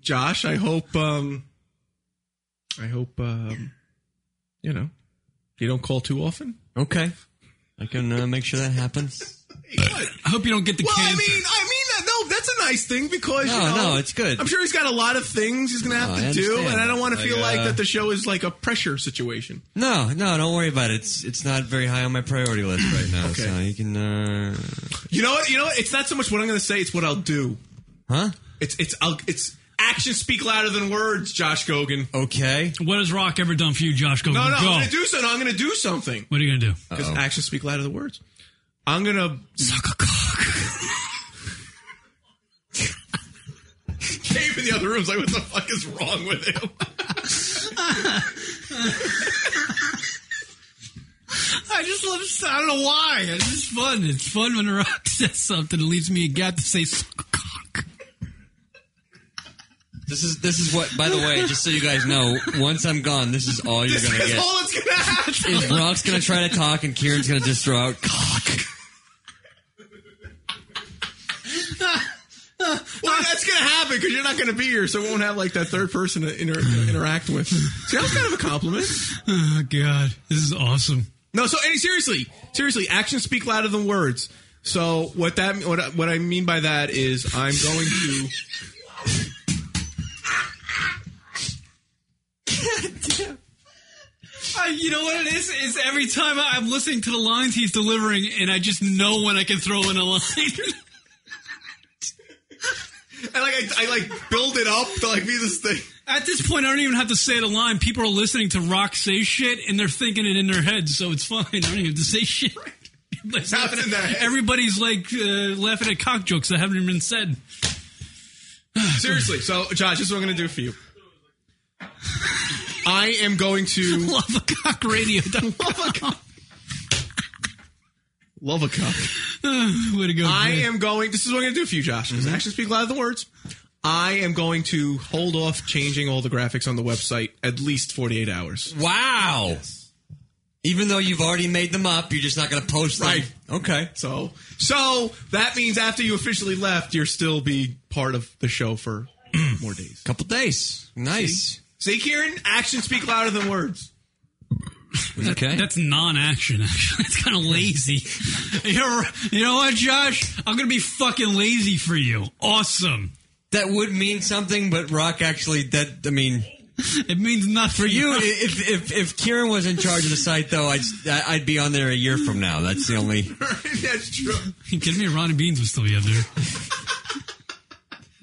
[SPEAKER 2] Josh, I hope um, I hope um, you know, you don't call too often.
[SPEAKER 4] Okay. I can uh, make sure that happens.
[SPEAKER 3] I hope you don't get the
[SPEAKER 2] Well, I
[SPEAKER 3] cancer.
[SPEAKER 2] mean, I mean that. No, that's a nice thing because
[SPEAKER 4] No,
[SPEAKER 2] you know,
[SPEAKER 4] no, it's good.
[SPEAKER 2] I'm sure he's got a lot of things he's going to
[SPEAKER 4] No,
[SPEAKER 2] have
[SPEAKER 4] Oh, I
[SPEAKER 2] to do,
[SPEAKER 4] understand.
[SPEAKER 2] and I don't want to
[SPEAKER 4] Like,
[SPEAKER 2] feel like
[SPEAKER 4] uh,
[SPEAKER 2] that the show is like a pressure situation.
[SPEAKER 4] No, no, don't worry about it. It's it's not very high on my priority list right now. So you can, uh,
[SPEAKER 2] You know what? You know what? It's not so much what I'm going to say; it's what I'll do.
[SPEAKER 4] huh?
[SPEAKER 2] It's it's I'll, it's actions speak louder than words, Josh Gogan.
[SPEAKER 4] Okay.
[SPEAKER 3] what has Rock ever done for you, Josh? Go,
[SPEAKER 2] No,
[SPEAKER 3] go.
[SPEAKER 2] no, I'm going to do something. I'm going to do something
[SPEAKER 3] what are you gonna do?
[SPEAKER 2] because actions speak louder than words. I'm going to
[SPEAKER 3] Suck a cock.
[SPEAKER 2] cave in the other room's like, what the fuck is wrong with him?
[SPEAKER 3] I just love. I don't know why. It's just fun. It's fun when Rock says something. It leaves me a gap to say suck a cock.
[SPEAKER 4] This is this is what. By the way, just so you guys know, once I'm gone, this is all you're
[SPEAKER 2] This
[SPEAKER 4] gonna
[SPEAKER 2] is
[SPEAKER 4] get.
[SPEAKER 2] all that's going to happen.
[SPEAKER 4] Is Rock's gonna try to talk and Kieran's gonna just throw out cock.
[SPEAKER 2] Well, that's going to happen because you're not going to be here, so we won't have like that third person to inter- interact with. See, that was kind of a compliment.
[SPEAKER 3] Oh God, this is awesome.
[SPEAKER 2] No, so any seriously, seriously, actions speak louder than words. So what that what I- what I mean by that is I'm going to.
[SPEAKER 3] I, you know what it is? Is every time I- I'm listening to the lines he's delivering, and I just know when I can throw in a line.
[SPEAKER 2] I like I, I like build it up to like be this thing.
[SPEAKER 3] At this point, I don't even have to say the line. People are listening to Rock say shit, and they're thinking it in their heads, so it's fine. I don't even have to say shit. It's
[SPEAKER 2] happening in their head.
[SPEAKER 3] Everybody's like uh, laughing at cock jokes that haven't even been said.
[SPEAKER 2] Seriously, so Josh, this is what I'm going to do for you. I am going to
[SPEAKER 3] Love a cock radio.
[SPEAKER 2] Love a cock.
[SPEAKER 3] Way to go.
[SPEAKER 2] I
[SPEAKER 3] Jay.
[SPEAKER 2] am going. This is what I'm going to do for you, Josh.
[SPEAKER 4] Mm-hmm.
[SPEAKER 2] Because actions speak louder than words. I am going to hold off changing all the graphics on the website at least 48
[SPEAKER 4] Mm.
[SPEAKER 2] hours.
[SPEAKER 4] Wow. Even though you've already made them up, you're just not going to post them.
[SPEAKER 2] Right.
[SPEAKER 4] Okay.
[SPEAKER 2] So, so that means after you officially left, you'll still be part of the show for more days.
[SPEAKER 4] Mm. Couple days. Nice.
[SPEAKER 2] See, Kieran, actions speak louder than words.
[SPEAKER 4] Okay.
[SPEAKER 3] That's non-action. Actually, it's kind of lazy. You're, you know what, Josh? I'm gonna be fucking lazy for you. Awesome.
[SPEAKER 4] That would mean something, but Rock actually. That I mean,
[SPEAKER 3] It means nothing
[SPEAKER 4] for you, i- if if if Kieran was in charge of the site, though, I'd I'd be on there a year from now. That's the only
[SPEAKER 2] That's true.
[SPEAKER 3] you kidding me? Ronnie Beans was still the other.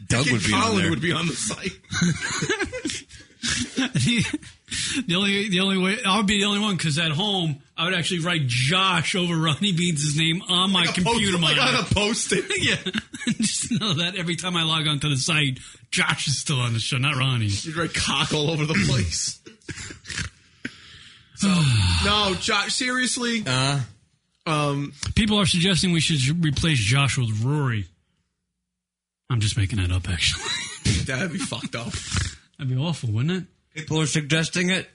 [SPEAKER 4] Doug would be on
[SPEAKER 2] Colin
[SPEAKER 4] there.
[SPEAKER 2] would be on the site.
[SPEAKER 3] the only, the only way I would be the only one because at home I would actually write Josh over Ronnie Beans' name on my computer
[SPEAKER 2] Post- like
[SPEAKER 3] monitor.
[SPEAKER 2] on a post-it.
[SPEAKER 3] yeah, just know that every time I log onto the site, Josh is still on the show, not Ronnie.
[SPEAKER 2] You'd write cock all over the place. so no, Josh. Seriously,
[SPEAKER 4] Uh,
[SPEAKER 2] um,
[SPEAKER 3] People are suggesting we should replace Josh with Rory. I'm just making that up, actually.
[SPEAKER 2] that'd be fucked up.
[SPEAKER 3] That'd be awful, wouldn't it?
[SPEAKER 4] people are suggesting it.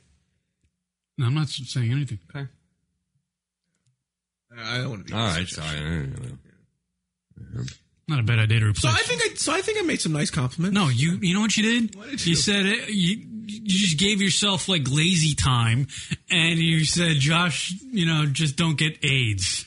[SPEAKER 3] No, I'm not s- saying anything.
[SPEAKER 4] Okay.
[SPEAKER 2] I don't want to be.
[SPEAKER 4] All right. Sorry.
[SPEAKER 3] Not a bad idea to replace.
[SPEAKER 2] So I think I so I think I made some nice compliments.
[SPEAKER 3] no, you you know what you did?
[SPEAKER 2] What did
[SPEAKER 3] you
[SPEAKER 2] you-
[SPEAKER 3] said it, you you just gave yourself like lazy time, and you said Josh, you know, just don't get AIDS.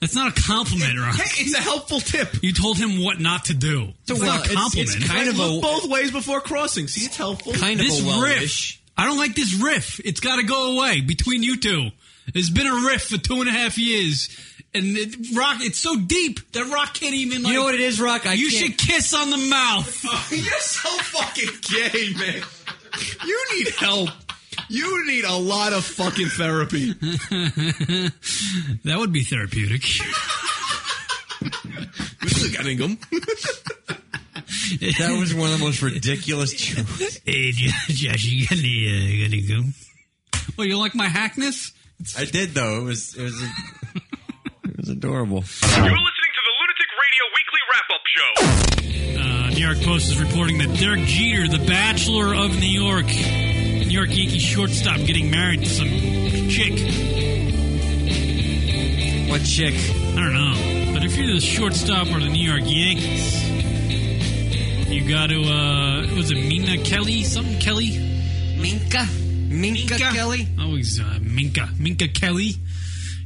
[SPEAKER 3] That's not a compliment, Ron.
[SPEAKER 2] Hey, it's a helpful tip.
[SPEAKER 3] You told him what not to do. It's
[SPEAKER 4] well,
[SPEAKER 3] not a
[SPEAKER 4] it's-
[SPEAKER 3] compliment.
[SPEAKER 4] it's kind of a-
[SPEAKER 2] Look both ways before crossing. See, it's helpful.
[SPEAKER 4] Kind of
[SPEAKER 3] this
[SPEAKER 4] a well
[SPEAKER 3] riff.
[SPEAKER 4] wish.
[SPEAKER 3] I don't like this riff. It's got to go away between you two. There's been a riff for two and a half years, and it, rock. It's so deep that rock can't even. Like,
[SPEAKER 4] You know what it is, Rock? I
[SPEAKER 3] You
[SPEAKER 4] can't-
[SPEAKER 3] should kiss on the mouth.
[SPEAKER 2] You're so fucking gay, man. You need help. You need a lot of fucking therapy.
[SPEAKER 3] that would be therapeutic.
[SPEAKER 4] That was one of the most ridiculous jokes.
[SPEAKER 3] hey, Josh, you got any? Uh, you got any gum? Well, Oh, you like my hackness?
[SPEAKER 4] I did though. It was it was it was adorable.
[SPEAKER 1] You're listening to the Lunatic Radio Weekly Wrap Up Show.
[SPEAKER 3] Uh, New York Post is reporting that Derek Jeter, the Bachelor of New York, New York Yankee shortstop, getting married to some chick.
[SPEAKER 4] What chick?
[SPEAKER 3] I don't know, but if you're the shortstop or the New York Yankees, you got to. Uh, was it Mina Kelly? Something Kelly?
[SPEAKER 4] Minka. Minka, Kelly.
[SPEAKER 3] Oh, he's uh, Minka. Minka Kelly.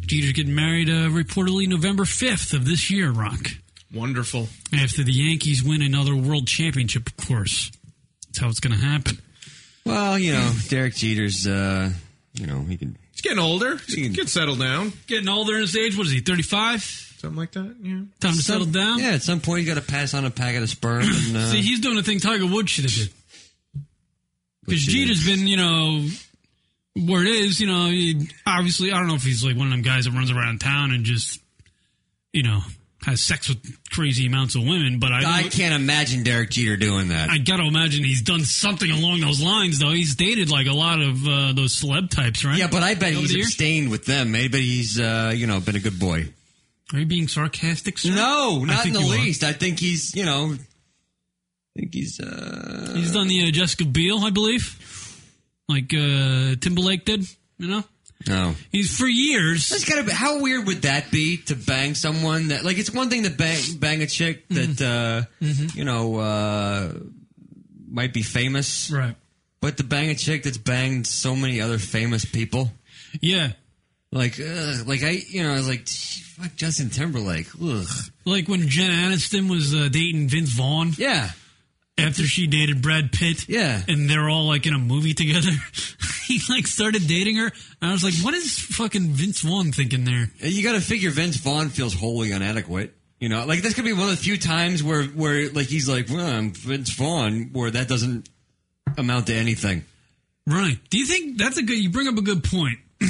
[SPEAKER 3] Jeter's getting married uh, reportedly November 5th of this year. Rock.
[SPEAKER 2] Wonderful.
[SPEAKER 3] after the Yankees win another World Championship. Of course, that's how it's going to happen.
[SPEAKER 4] Well, you know, Derek Jeter's. uh You know, he could.
[SPEAKER 2] He's getting older. He can settle down.
[SPEAKER 3] Getting older in his age. What is he? Thirty-five.
[SPEAKER 2] Something like that. Yeah.
[SPEAKER 3] Time to settle down.
[SPEAKER 4] Yeah, at some point you got to pass on a packet of sperm. And, uh,
[SPEAKER 3] See, he's doing the thing Tiger Woods should have did.
[SPEAKER 4] Which
[SPEAKER 3] Because
[SPEAKER 4] is-
[SPEAKER 3] Jeter's been, you know, where it is, you know, he, obviously, I don't know if he's like one of them guys that runs around town and just, you know, has sex with crazy amounts of women. But I,
[SPEAKER 4] I
[SPEAKER 3] know-
[SPEAKER 4] can't imagine Derek Jeter doing that.
[SPEAKER 3] I gotta imagine he's done something along those lines, though. He's dated like a lot of uh, those celeb types, right?
[SPEAKER 4] yeah, but I bet
[SPEAKER 3] Over
[SPEAKER 4] he's
[SPEAKER 3] the years?
[SPEAKER 4] abstained with them. Maybe he's, uh, you know, been a good boy.
[SPEAKER 3] Are you being sarcastic, sir?
[SPEAKER 4] No,
[SPEAKER 3] I
[SPEAKER 4] not in
[SPEAKER 3] think
[SPEAKER 4] the
[SPEAKER 3] you are.
[SPEAKER 4] least. I think he's, you know, I think he's. uh
[SPEAKER 3] He's done the uh, Jessica Biel, I believe, like uh, Timberlake did. You know,
[SPEAKER 4] No.
[SPEAKER 3] he's for years.
[SPEAKER 4] That's gotta be, how weird would that be to bang someone that like it's one thing to bang bang a chick
[SPEAKER 3] Mm-hmm.
[SPEAKER 4] that uh you know uh might be famous
[SPEAKER 3] Right.
[SPEAKER 4] but to bang a chick that's banged so many other famous people
[SPEAKER 3] Yeah.
[SPEAKER 4] like ugh, like I you know I was like fuck Justin Timberlake ugh.
[SPEAKER 3] Like when Jen Aniston was uh, dating Vince Vaughn
[SPEAKER 4] yeah
[SPEAKER 3] after she dated Brad Pitt.
[SPEAKER 4] Yeah.
[SPEAKER 3] And they're all like in a movie together. he like started dating her, and I was like, "What is fucking Vince Vaughn thinking there?"
[SPEAKER 4] you got to figure Vince Vaughn feels wholly inadequate you know like that's gonna be one of the few times where where like he's like well I'm Vince Vaughn where that doesn't amount to anything
[SPEAKER 3] Right. Do you think that's a good? You bring up a good point.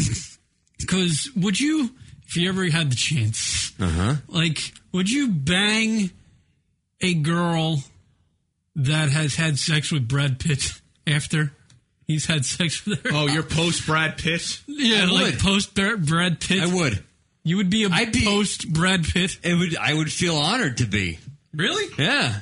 [SPEAKER 3] Because would you, if you ever had the chance,
[SPEAKER 4] Uh-huh.
[SPEAKER 3] like, would you bang a girl that has had sex with Brad Pitt after he's had sex with her?
[SPEAKER 2] Oh, you're post Brad Pitt.
[SPEAKER 3] yeah,
[SPEAKER 4] I
[SPEAKER 3] like
[SPEAKER 4] would.
[SPEAKER 3] post Brad Pitt.
[SPEAKER 4] I would
[SPEAKER 3] You would be a
[SPEAKER 4] I'd be-
[SPEAKER 3] post Brad Pitt.
[SPEAKER 4] It would. I would feel honored to be.
[SPEAKER 3] Really?
[SPEAKER 4] Yeah.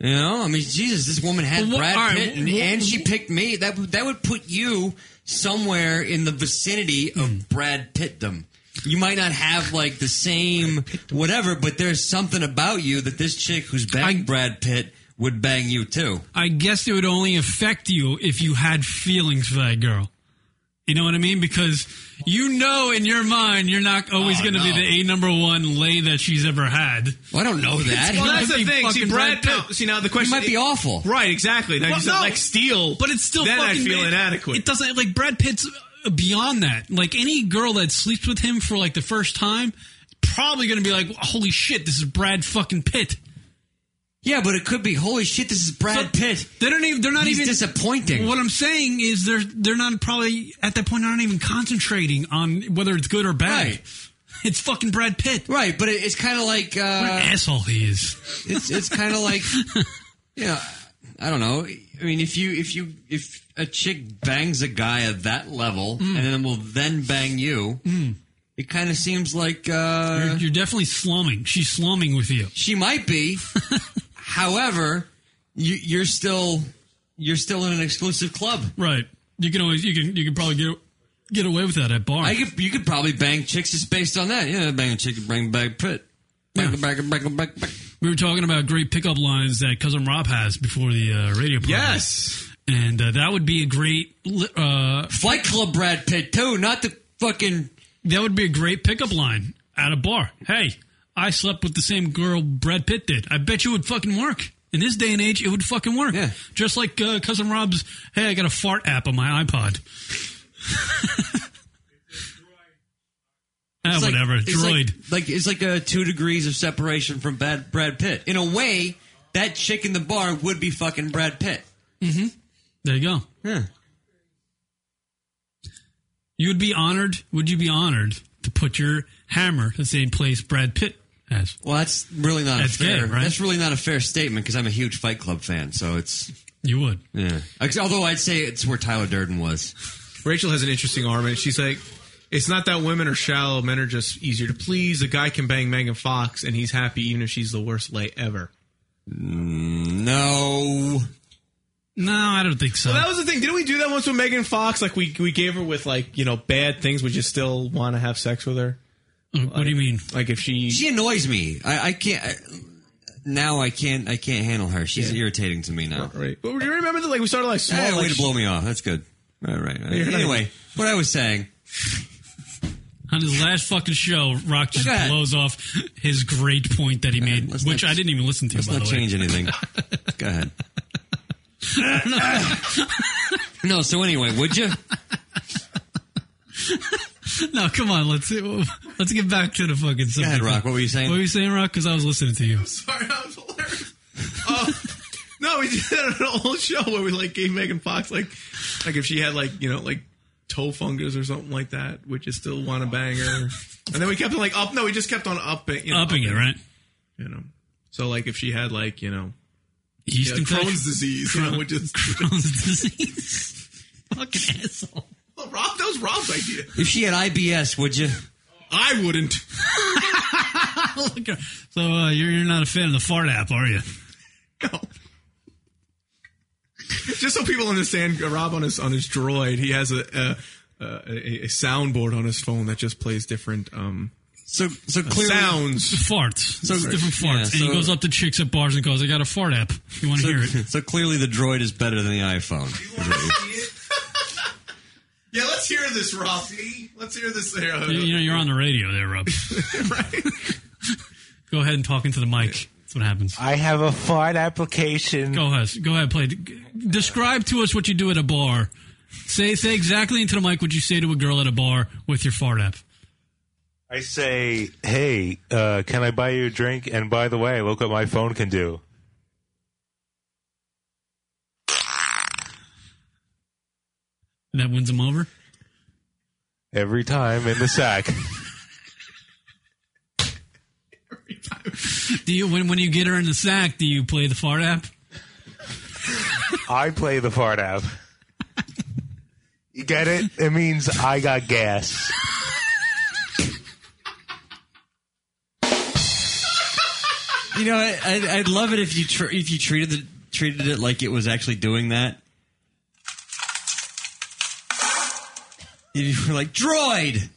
[SPEAKER 4] You know, I mean, Jesus, this woman had
[SPEAKER 3] Well, what-
[SPEAKER 4] Brad
[SPEAKER 3] all right,
[SPEAKER 4] Pitt, and,
[SPEAKER 3] wh- wh-
[SPEAKER 4] and she picked me. That would- that would put you somewhere in the vicinity
[SPEAKER 3] Hmm.
[SPEAKER 4] of Brad Pittdom. You might not have like the same whatever, but there's something about you that this chick who's banging
[SPEAKER 3] I-
[SPEAKER 4] Brad Pitt would bang you too.
[SPEAKER 3] I guess it would only affect you if you had feelings for that girl. You know what I mean? Because you know in your mind you're not always
[SPEAKER 4] Oh,
[SPEAKER 3] going to be
[SPEAKER 4] no.
[SPEAKER 3] the A number one lay that she's ever had.
[SPEAKER 4] Well, I don't know
[SPEAKER 3] Well,
[SPEAKER 4] that. he,
[SPEAKER 2] Well,
[SPEAKER 4] might
[SPEAKER 2] that's
[SPEAKER 3] be
[SPEAKER 2] the thing. See,
[SPEAKER 3] fucking Brad
[SPEAKER 2] Brad
[SPEAKER 3] Pitt.
[SPEAKER 2] Pitt. See, now the question
[SPEAKER 4] he might be awful.
[SPEAKER 2] Right, exactly. Now
[SPEAKER 3] Well,
[SPEAKER 2] you said
[SPEAKER 3] no.
[SPEAKER 2] like steal,
[SPEAKER 3] But it's still
[SPEAKER 2] then I
[SPEAKER 3] fucking
[SPEAKER 2] feel
[SPEAKER 3] it-
[SPEAKER 2] inadequate.
[SPEAKER 3] It doesn't like Brad Pitt's uh, beyond that. Like any girl that sleeps with him for like the first time, probably going to be like, "Holy shit, this is Brad fucking Pitt."
[SPEAKER 4] Yeah, but it could be. Holy shit, this is Brad
[SPEAKER 3] So-
[SPEAKER 4] Pitt.
[SPEAKER 3] They don't even. They're not
[SPEAKER 4] He's
[SPEAKER 3] even
[SPEAKER 4] disappointing.
[SPEAKER 3] What I'm saying is they're they're not probably at that point. They're not even concentrating on whether it's good or bad.
[SPEAKER 4] Right.
[SPEAKER 3] It's fucking Brad Pitt.
[SPEAKER 4] Right, but it, it's kind of like
[SPEAKER 3] What
[SPEAKER 4] uh,
[SPEAKER 3] an asshole he is.
[SPEAKER 4] it's it's kind of like you know, I don't know. I mean, if you if you if a chick bangs a guy at that level
[SPEAKER 3] Mm.
[SPEAKER 4] and then will then bang you, it kind of seems like
[SPEAKER 3] You're,
[SPEAKER 4] uh,
[SPEAKER 3] you're definitely slumming. She's slumming with you.
[SPEAKER 4] she might be. However, you, you're still you're still in an exclusive club.
[SPEAKER 3] Right. You can always you can you can probably get get away with that at bar.
[SPEAKER 4] I could, you could probably bang chicks just based on that. Yeah, bang a chick, bang back pit, bang,
[SPEAKER 3] Yeah.
[SPEAKER 4] bang, bang, bang, bang, bang.
[SPEAKER 3] we were talking about great pickup lines that cousin Rob has before the uh, radio. Program.
[SPEAKER 2] yes.
[SPEAKER 3] and uh, that would be a great li- uh,
[SPEAKER 4] Fight Club Brad Pitt too, not the fucking
[SPEAKER 3] That would be a great pickup line at a bar. Hey, I slept with the same girl Brad Pitt did. I bet you it would fucking work. In this day and age, it would fucking work.
[SPEAKER 4] Yeah.
[SPEAKER 3] Just like uh, Cousin Rob's, hey, I got a fart app on my iPod. ah,
[SPEAKER 4] It's like-
[SPEAKER 3] whatever.
[SPEAKER 4] it's
[SPEAKER 3] Droid.
[SPEAKER 4] Like, like- it's like a two degrees of separation from Brad, Brad Pitt. In a way, that chick in the bar would be fucking Brad Pitt.
[SPEAKER 3] there you go.
[SPEAKER 4] Yeah.
[SPEAKER 3] You would be honored. Would you be honored to put your hammer the same place Brad Pitt has?
[SPEAKER 4] Well, that's really not
[SPEAKER 3] That's
[SPEAKER 4] a fair.
[SPEAKER 3] good, right?
[SPEAKER 4] That's really not a fair statement because I'm a huge Fight Club fan. So it's
[SPEAKER 3] You would.
[SPEAKER 4] yeah. Ex- Although I'd say it's where Tyler Durden was.
[SPEAKER 2] Rachel has an interesting argument. She's like, it's not that women are shallow. Men are just easier to please. A guy can bang Megan Fox, and he's happy, even if she's the worst lay ever.
[SPEAKER 4] No.
[SPEAKER 3] No, I don't think so.
[SPEAKER 2] Well, that was the thing. Didn't we do that once with Megan Fox? Like we we gave her with like you know bad things. Would you still want to have sex with her?
[SPEAKER 3] what do you mean?
[SPEAKER 2] Like if she,
[SPEAKER 4] She annoys me. I, I can't. I, now I can't. I can't handle her. She's
[SPEAKER 2] Yeah.
[SPEAKER 4] irritating to me now.
[SPEAKER 2] right? But do you remember that? Like we started like small.
[SPEAKER 4] Hey,
[SPEAKER 2] like,
[SPEAKER 4] way to blow me off. That's good. All right.
[SPEAKER 2] You're not-
[SPEAKER 4] Anyway, what I was saying.
[SPEAKER 3] On his last fucking show, Rock just
[SPEAKER 4] Go ahead.
[SPEAKER 3] blows off his great point that he made,
[SPEAKER 4] let's
[SPEAKER 3] which
[SPEAKER 4] not-
[SPEAKER 3] I didn't even listen to.
[SPEAKER 4] Let's
[SPEAKER 3] by the
[SPEAKER 4] not
[SPEAKER 3] way.
[SPEAKER 4] change anything. Go ahead. no, so anyway, would you?
[SPEAKER 3] No, come on, let's let's get back to the fucking subject.
[SPEAKER 4] ahead, Rock, what were you saying?
[SPEAKER 3] What were you saying, Rock? Because I was listening to you.
[SPEAKER 2] Sorry, that was hilarious. Uh, no, we did that on an old show where we like gave Megan Fox like like if she had like you know like toe fungus or something like that, would you still want to bang her? And then we kept on like up. No, we just kept on upping, you know,
[SPEAKER 3] Upping it, right?
[SPEAKER 2] You know, so like if she had like you know
[SPEAKER 3] Yeast
[SPEAKER 2] yeah,
[SPEAKER 3] infection?
[SPEAKER 2] Crohn's disease, you know, we just
[SPEAKER 3] Crohn's disease. fucking asshole.
[SPEAKER 2] Well, Rob, that was Rob's idea.
[SPEAKER 4] If she had IBS, would you?
[SPEAKER 2] I wouldn't.
[SPEAKER 3] Look at- so uh, you're you're not a fan of the fart app, are you?
[SPEAKER 2] No. Just so people understand, uh, Rob on his on his droid, he has a a, a, a soundboard on his phone that just plays different um,
[SPEAKER 4] So, so clearly,
[SPEAKER 2] sounds.
[SPEAKER 3] Farts.
[SPEAKER 4] So-
[SPEAKER 3] It's different farts.
[SPEAKER 4] yeah,
[SPEAKER 3] and
[SPEAKER 4] so-
[SPEAKER 3] he goes up to chicks at bars and goes, "I got a fart app. You want to hear it?"
[SPEAKER 4] so clearly, the droid is better than the iPhone.
[SPEAKER 2] Yeah, let's hear this, Rob. Let's hear this. uh, There,
[SPEAKER 3] You, you know, you're on the radio there, Rob. Go ahead and talk into the mic. That's what happens.
[SPEAKER 9] I have a fart application.
[SPEAKER 3] Go ahead. Go ahead. Play. Describe to us what you do at a bar. Say say exactly into the mic what you say to a girl at a bar with your fart app.
[SPEAKER 9] I say, hey, uh, can I buy you a drink? And by the way, look what my phone can do.
[SPEAKER 3] And that wins them over.
[SPEAKER 9] Every time in the sack.
[SPEAKER 3] Do you when when you get her in the sack? Do you play the fart app?
[SPEAKER 9] I play the fart app. You get it? It means I got gas.
[SPEAKER 4] You know, I, I'd, I'd love it if you tr- if you treated the, treated it like it was actually doing that. If you were like droid,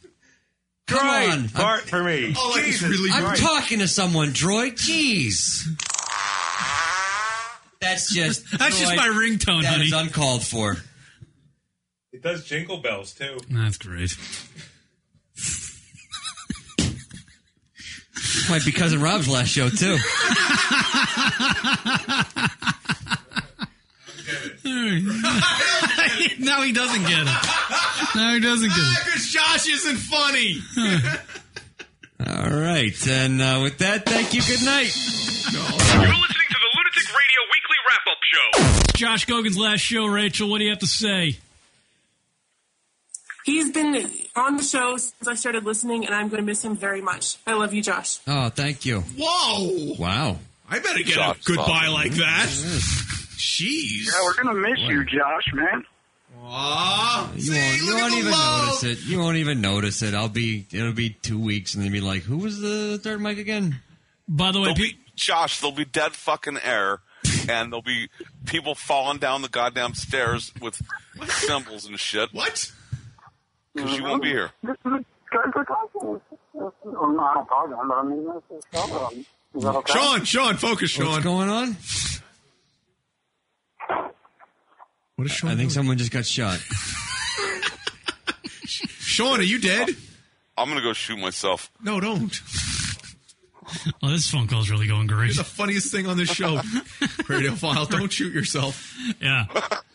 [SPEAKER 4] come on,
[SPEAKER 9] Right,
[SPEAKER 4] I'm-
[SPEAKER 9] Bart for me.
[SPEAKER 2] Oh, like, it's
[SPEAKER 9] Jesus
[SPEAKER 2] really
[SPEAKER 4] I'm,
[SPEAKER 9] Christ.
[SPEAKER 4] talking to someone, droid. Jeez, that's just
[SPEAKER 3] That's just
[SPEAKER 4] droid.
[SPEAKER 3] my ringtone,
[SPEAKER 4] That
[SPEAKER 3] honey.
[SPEAKER 4] is uncalled for.
[SPEAKER 9] It does jingle bells too.
[SPEAKER 3] That's great.
[SPEAKER 4] Might be cousin Rob's last show too.
[SPEAKER 3] now he doesn't get it. Now he doesn't get it.
[SPEAKER 2] Because Josh isn't funny.
[SPEAKER 4] All right, and uh, with that, thank you. Good night.
[SPEAKER 1] You're listening to the Lunatic Radio Weekly Wrap Up Show.
[SPEAKER 3] Josh Gogan's last show, Rachel. What do you have to say?
[SPEAKER 10] He's been on the show since I started listening, and I'm going to miss him very much. I love you, Josh.
[SPEAKER 4] Oh, thank you.
[SPEAKER 2] Whoa!
[SPEAKER 4] Wow.
[SPEAKER 2] I better get
[SPEAKER 7] Josh
[SPEAKER 2] a goodbye like that. Jeez.
[SPEAKER 1] gonna miss you, Josh, man.
[SPEAKER 2] Aw,
[SPEAKER 4] You
[SPEAKER 2] see,
[SPEAKER 4] won't, you
[SPEAKER 2] look at
[SPEAKER 4] won't
[SPEAKER 2] the
[SPEAKER 4] even
[SPEAKER 2] love.
[SPEAKER 4] notice it. You won't even notice it. I'll be. It'll be two weeks, and then be like, "Who was the third mic again?"
[SPEAKER 3] By the way,
[SPEAKER 7] There'll
[SPEAKER 3] pe-
[SPEAKER 7] be Josh. There'll be dead fucking air, and there'll be people falling down the goddamn stairs with symbols and shit
[SPEAKER 2] What?
[SPEAKER 7] because you won't be here.
[SPEAKER 1] This is a guys are talking. Well, no, I don't talk to him, but I mean, this is Sean. Is that okay?
[SPEAKER 2] Sean, Sean, focus,
[SPEAKER 4] What's
[SPEAKER 2] Sean.
[SPEAKER 4] going on?
[SPEAKER 2] What is Sean?
[SPEAKER 4] I think
[SPEAKER 2] doing?
[SPEAKER 4] someone just got shot.
[SPEAKER 2] Sean, are you dead?
[SPEAKER 7] I'm gonna go shoot myself.
[SPEAKER 2] No, don't.
[SPEAKER 3] oh, this phone call's really going great.
[SPEAKER 2] The funniest thing on this show, radiophile. Don't shoot yourself.
[SPEAKER 3] Yeah.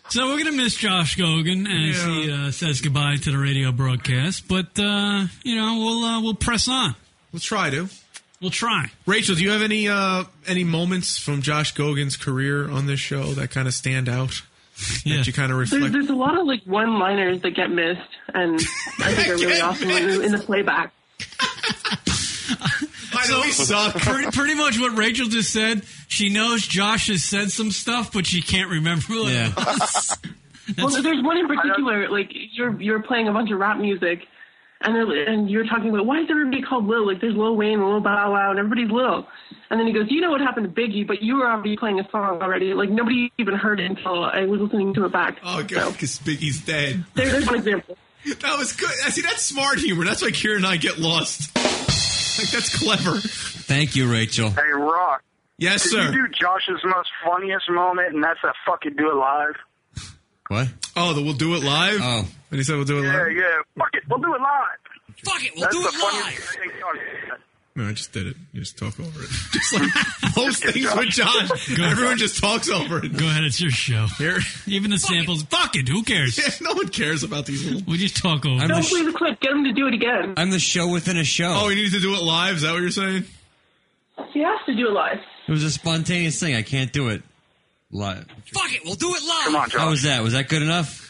[SPEAKER 3] So we're gonna miss Josh Gogan as
[SPEAKER 2] Yeah.
[SPEAKER 3] he uh, says goodbye to the radio broadcast, but uh, you know we'll uh, we'll press on.
[SPEAKER 2] Let's try to.
[SPEAKER 3] We'll try.
[SPEAKER 2] Rachel, do you have any uh, any moments from Josh Gogan's career on this show that kind of stand out?
[SPEAKER 3] Yeah.
[SPEAKER 2] That you kind of
[SPEAKER 10] There's,
[SPEAKER 2] reflect.
[SPEAKER 10] there's a lot of like one-liners that get missed, and I think are really awesome in, in the playback.
[SPEAKER 2] I know we suck.
[SPEAKER 3] Pretty, pretty much what Rachel just said. She knows Josh has said some stuff, but she can't remember. what it
[SPEAKER 4] Yeah.
[SPEAKER 3] was.
[SPEAKER 10] Well, there's one in particular. Like you're you're playing a bunch of rap music, and they're- and you're talking about why is everybody called Lil? Like there's Lil Wayne, Lil Bow Wow, and everybody's Lil. And then he goes, you know what happened to Biggie? But you were already playing a song already. Like nobody even heard it until I was listening to it back.
[SPEAKER 2] Oh god, because Biggie's dead.
[SPEAKER 10] There, there's one example.
[SPEAKER 2] That was good. I see. That's smart humor. That's why Kira and I get lost. Like that's clever.
[SPEAKER 4] Thank you, Rachel.
[SPEAKER 1] Hey, Rock.
[SPEAKER 2] Yes, sir.
[SPEAKER 1] do Josh's most funniest moment, and that's that fucking do it live.
[SPEAKER 4] What?
[SPEAKER 2] Oh, the we'll do it live.
[SPEAKER 4] Oh,
[SPEAKER 2] And he said we'll do it
[SPEAKER 1] Yeah,
[SPEAKER 2] live.
[SPEAKER 1] yeah. Fuck it. We'll do it live.
[SPEAKER 4] fuck it. We'll
[SPEAKER 1] That's
[SPEAKER 4] do
[SPEAKER 1] the
[SPEAKER 4] it live.
[SPEAKER 1] funniest thing. on-
[SPEAKER 2] No, I just did it. You just talk over it. Just like most things with John, everyone just talks over it.
[SPEAKER 3] Go ahead, it's your show. Even the samples. Fuck it. Who cares?
[SPEAKER 2] Yeah, no one cares about these little.
[SPEAKER 3] We just talk over.
[SPEAKER 4] I'm
[SPEAKER 3] it.
[SPEAKER 4] the,
[SPEAKER 10] Don't
[SPEAKER 4] sh-
[SPEAKER 10] play the clip. Get him to do it again.
[SPEAKER 4] I'm the show within a show.
[SPEAKER 2] Oh, we need to do it live. Is that what you're saying?
[SPEAKER 10] He has to do it live.
[SPEAKER 4] It was a spontaneous thing. I can't do it live. Fuck it. We'll do it live. Come
[SPEAKER 1] on, Josh.
[SPEAKER 4] How was that? Was that good enough?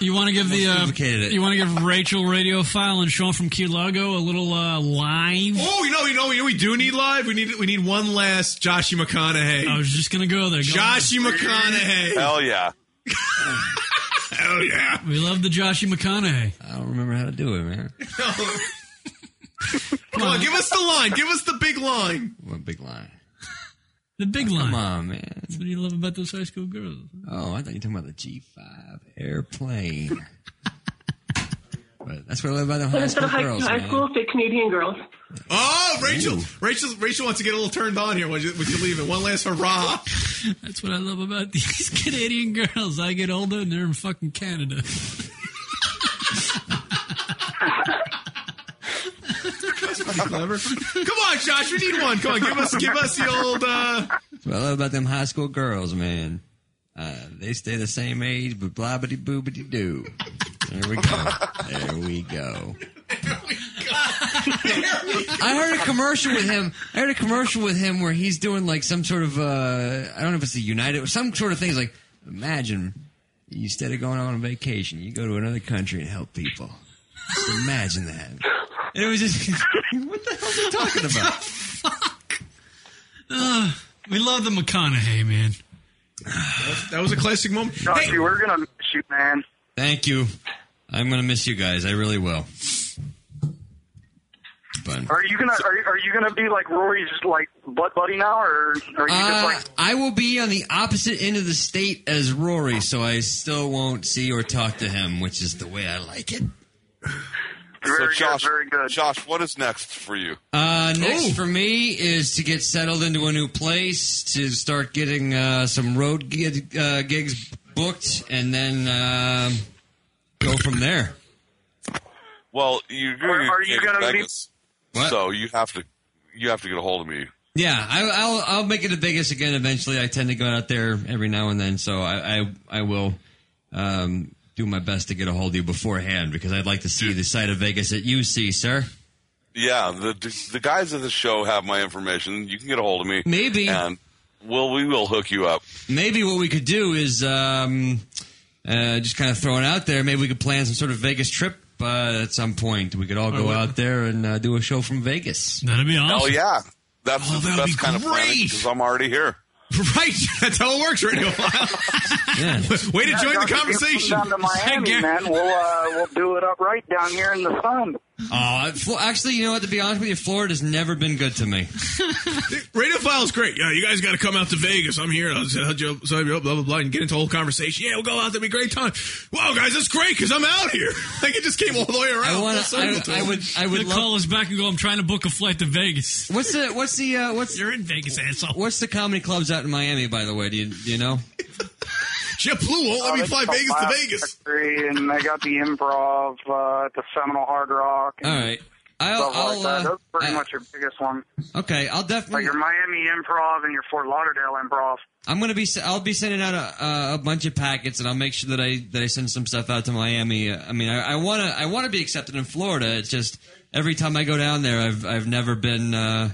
[SPEAKER 3] You want to give the uh,
[SPEAKER 4] complicated it.
[SPEAKER 3] you want to give Rachel Radio File and Sean from Key Largo a little uh, live.
[SPEAKER 2] Oh, you know, you know, you know, we do need live. We need we need one last Joshy
[SPEAKER 3] I
[SPEAKER 2] McConaughey.
[SPEAKER 3] was just gonna go there. Go
[SPEAKER 2] Joshy McConaughey.
[SPEAKER 7] Hell yeah.
[SPEAKER 11] Oh,
[SPEAKER 2] Hell yeah!
[SPEAKER 3] on. We love the Joshy McConaughey.
[SPEAKER 4] I don't remember how to do it, man.
[SPEAKER 2] Come on, give us the line. Give us the big line.
[SPEAKER 4] What a big line.
[SPEAKER 3] The big line.
[SPEAKER 4] Come on, man.
[SPEAKER 3] What do you love about those high school girls?
[SPEAKER 4] Oh, I thought you were talking about the G5 airplane. but that's what I love about the high
[SPEAKER 10] Instead
[SPEAKER 4] school
[SPEAKER 10] of high,
[SPEAKER 4] girls,
[SPEAKER 10] high
[SPEAKER 4] man.
[SPEAKER 10] school, fit Canadian girls.
[SPEAKER 2] Oh, Rachel, Rachel, Rachel wants to get a little turned on here. Would you, would you leave it? One last hurrah!
[SPEAKER 3] That's what I love about these Canadian girls. I get older and they're in fucking Canada.
[SPEAKER 2] Clever. Come on, Josh, we need one. Come on, give us, give us the old. Uh...
[SPEAKER 4] That's what I love about them high school girls, man. Uh, they stay the same age, but blah bitty boobity doo. There we go. There we go. I heard a commercial with him. I heard a commercial with him where he's doing like some sort of uh, I don't know if it's the United or some sort of thing. It's like imagine instead of going on a vacation, you go to another country and help people. Just imagine that. And it was just what the hell are they talking about?
[SPEAKER 3] We love the McConaughey, man.
[SPEAKER 2] That was a classic moment.
[SPEAKER 1] Josh, you we're gonna miss you, man.
[SPEAKER 4] Thank you. I'm gonna miss you guys. I really will. But
[SPEAKER 11] Are you gonna are, you- are you gonna be like Rory's like butt buddy now, or are you just
[SPEAKER 4] Uh,
[SPEAKER 11] like
[SPEAKER 4] I will be on the opposite end of the state as Rory, so I still won't see or talk to him, which is the way I like it.
[SPEAKER 12] Uh, so Josh, Josh, what is next for you?
[SPEAKER 4] Uh, next for me is to get settled into a new place, to start getting uh, some road gig, uh, gigs booked, and then um go from there.
[SPEAKER 12] Well, you
[SPEAKER 11] Are- are you gonna be-
[SPEAKER 12] So you have to you have to get a hold of me.
[SPEAKER 4] Yeah, I, I'll I'll make it to Vegas again eventually. I tend to go out there every now and then, so I I, I will um, do my best to get a hold of you beforehand because I'd like to see the side of Vegas that you see, sir.
[SPEAKER 12] Yeah, the the guys at the show have my information. You can get a hold of me.
[SPEAKER 4] Maybe.
[SPEAKER 12] And we'll we will hook you up.
[SPEAKER 4] Maybe what we could do is um, uh, just kind of throw it out there. Maybe we could plan some sort of Vegas trip uh, at some point. We could all go out there and uh, do a show from Vegas.
[SPEAKER 3] That'd be
[SPEAKER 12] Oh yeah, that's
[SPEAKER 4] Oh, that'd
[SPEAKER 12] that's
[SPEAKER 4] be
[SPEAKER 12] kind of funny
[SPEAKER 4] great.
[SPEAKER 12] because I'm already here.
[SPEAKER 2] Right. That's how it works right now. Way to
[SPEAKER 11] Yeah,
[SPEAKER 2] join
[SPEAKER 11] Josh,
[SPEAKER 2] the
[SPEAKER 11] if you come
[SPEAKER 2] conversation.
[SPEAKER 11] Down to Miami, man. We'll uh, we'll do it up right down here in the sun.
[SPEAKER 4] Uh, Flo- actually, you know what? To be honest with you, Florida's never been good to me.
[SPEAKER 2] Radiophile's great. Yeah, you guys got to come out to Vegas. I'm here. I'll just help you up, so you up, blah, blah, blah, and get into a whole conversation. Yeah, we'll go out there. It'll be a great time. Wow, guys, that's great because I'm out here. Like, it just came all the way around.
[SPEAKER 4] I wanna-
[SPEAKER 2] Full circle to
[SPEAKER 4] I- I
[SPEAKER 2] it.
[SPEAKER 4] would- I would
[SPEAKER 3] They'll
[SPEAKER 4] love-
[SPEAKER 3] call us back and go. I'm trying to book a flight to Vegas.
[SPEAKER 4] What's the what's the uh, what's
[SPEAKER 3] you're in Vegas, asshole?
[SPEAKER 4] What's the comedy clubs out in Miami? By the way, do you do you know?
[SPEAKER 2] JetBlue won't
[SPEAKER 11] Uh, they got Laugh Factory, and they got the improv uh, at the Seminole Hard Rock. And
[SPEAKER 4] All right. I'll,
[SPEAKER 11] stuff
[SPEAKER 4] I'll
[SPEAKER 11] like that.
[SPEAKER 4] uh,
[SPEAKER 11] Those are pretty much your biggest one.
[SPEAKER 4] okay. I'll
[SPEAKER 11] Like
[SPEAKER 4] definitely.
[SPEAKER 11] your Miami improv and your Fort Lauderdale improv.
[SPEAKER 4] I'm gonna be. s- I'll be sending out a, a, a bunch of packets, and I'll make sure that I that I send some stuff out to Miami. Uh, I mean, I, I wanna I wanna be accepted in Florida. It's just every time I go down there, I've I've never been uh,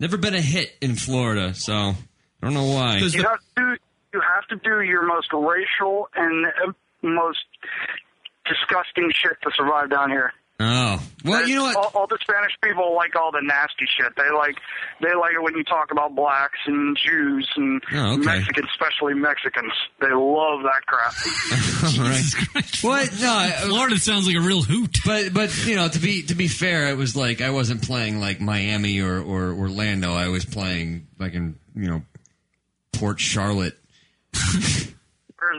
[SPEAKER 4] never been a hit in Florida. So I don't know why.
[SPEAKER 11] You, have to, you have to do your most racial and uh, most disgusting shit to survive down here.
[SPEAKER 4] Oh well, you know what?
[SPEAKER 11] All, all the Spanish people like all the nasty shit. They like they like it when you talk about blacks and Jews and
[SPEAKER 4] Oh, okay.
[SPEAKER 11] Mexicans, especially Mexicans. They love that crap.
[SPEAKER 4] All right. What? No, I-
[SPEAKER 3] Florida sounds like a real hoot.
[SPEAKER 4] But but you know, to be to be fair, it was like I wasn't playing like Miami or, or Orlando. I was playing like in you know Port Charlotte.
[SPEAKER 11] Where's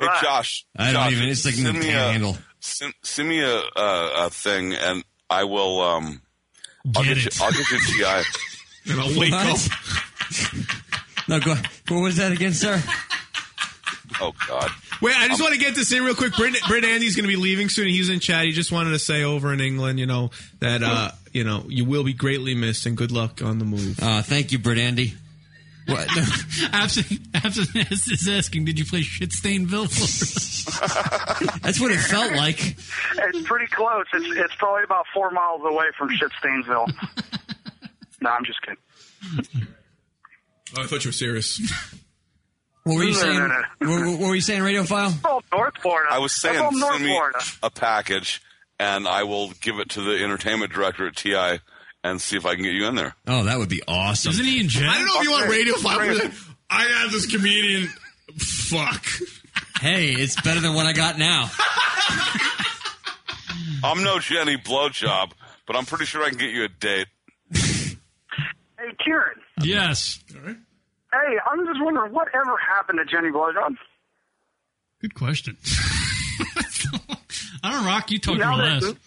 [SPEAKER 12] Hey, Josh.
[SPEAKER 4] I don't
[SPEAKER 12] Josh,
[SPEAKER 4] even- it's like in the
[SPEAKER 12] send me a-
[SPEAKER 4] panhandle.
[SPEAKER 12] Send, send me a, a, a thing, and I will. Um, I'll
[SPEAKER 4] Get
[SPEAKER 12] get
[SPEAKER 4] it.
[SPEAKER 12] you. I'll get you a GI.
[SPEAKER 2] And
[SPEAKER 4] I'll wake What? up. No, go. What was that again, sir?
[SPEAKER 12] Oh God.
[SPEAKER 2] Wait, I just want to get this in real quick. Brit, Brit Andy's going to be leaving soon. He's in chat. He just wanted to say over in England, you know, that, uh, you know, you will be greatly missed and good luck on the move.
[SPEAKER 4] Uh, thank you, Brit Andy. What?
[SPEAKER 3] Absent, absent is asking, did you play Shitstainville? Florida?
[SPEAKER 4] That's what it felt like.
[SPEAKER 11] it's pretty close. It's it's probably about four miles away from Shitstainsville. no, I'm just kidding.
[SPEAKER 2] Oh, I thought you were serious.
[SPEAKER 4] What were you
[SPEAKER 11] No, no,
[SPEAKER 4] saying?
[SPEAKER 11] no,
[SPEAKER 4] What, what were you saying, Radiophile?
[SPEAKER 11] Oh, North Florida.
[SPEAKER 12] I was saying,
[SPEAKER 11] from North
[SPEAKER 12] send me
[SPEAKER 11] Florida.
[SPEAKER 12] a package, and I will give it to the entertainment director at TI and see if I can get you in there.
[SPEAKER 4] Oh, that would be awesome.
[SPEAKER 3] Isn't he in jail?
[SPEAKER 2] I don't know if you want
[SPEAKER 12] Okay.
[SPEAKER 2] radio fire.
[SPEAKER 12] Great.
[SPEAKER 2] I have this comedian. Fuck.
[SPEAKER 4] Hey, it's better than what I got now.
[SPEAKER 12] I'm no Jenny Blowjob, but I'm pretty sure I can get you a date.
[SPEAKER 11] Hey, Kieran.
[SPEAKER 3] yes.
[SPEAKER 11] Hey, I'm just wondering whatever happened to Jenny Blowjob.
[SPEAKER 3] Good question. I don't rock. You talk
[SPEAKER 11] No,
[SPEAKER 3] your
[SPEAKER 11] that's-
[SPEAKER 3] last.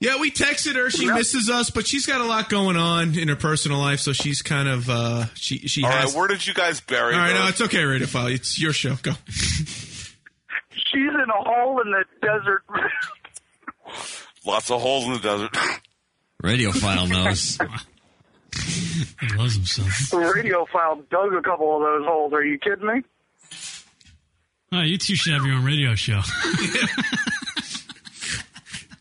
[SPEAKER 2] Yeah, we texted her. She
[SPEAKER 11] Yeah.
[SPEAKER 2] misses us, but she's got a lot going on in her personal life, so she's kind of uh she she
[SPEAKER 12] All right,
[SPEAKER 2] has.
[SPEAKER 12] where did you guys bury
[SPEAKER 2] all right, no,
[SPEAKER 12] her?
[SPEAKER 2] it's okay, Radio File. It's your show. Go.
[SPEAKER 11] She's in a hole in the desert.
[SPEAKER 12] Lots of holes in the desert.
[SPEAKER 4] Radiophile knows.
[SPEAKER 3] He loves himself.
[SPEAKER 11] Radio file dug a couple of those holes. Are you kidding me?
[SPEAKER 3] Oh, you two should have your own radio show.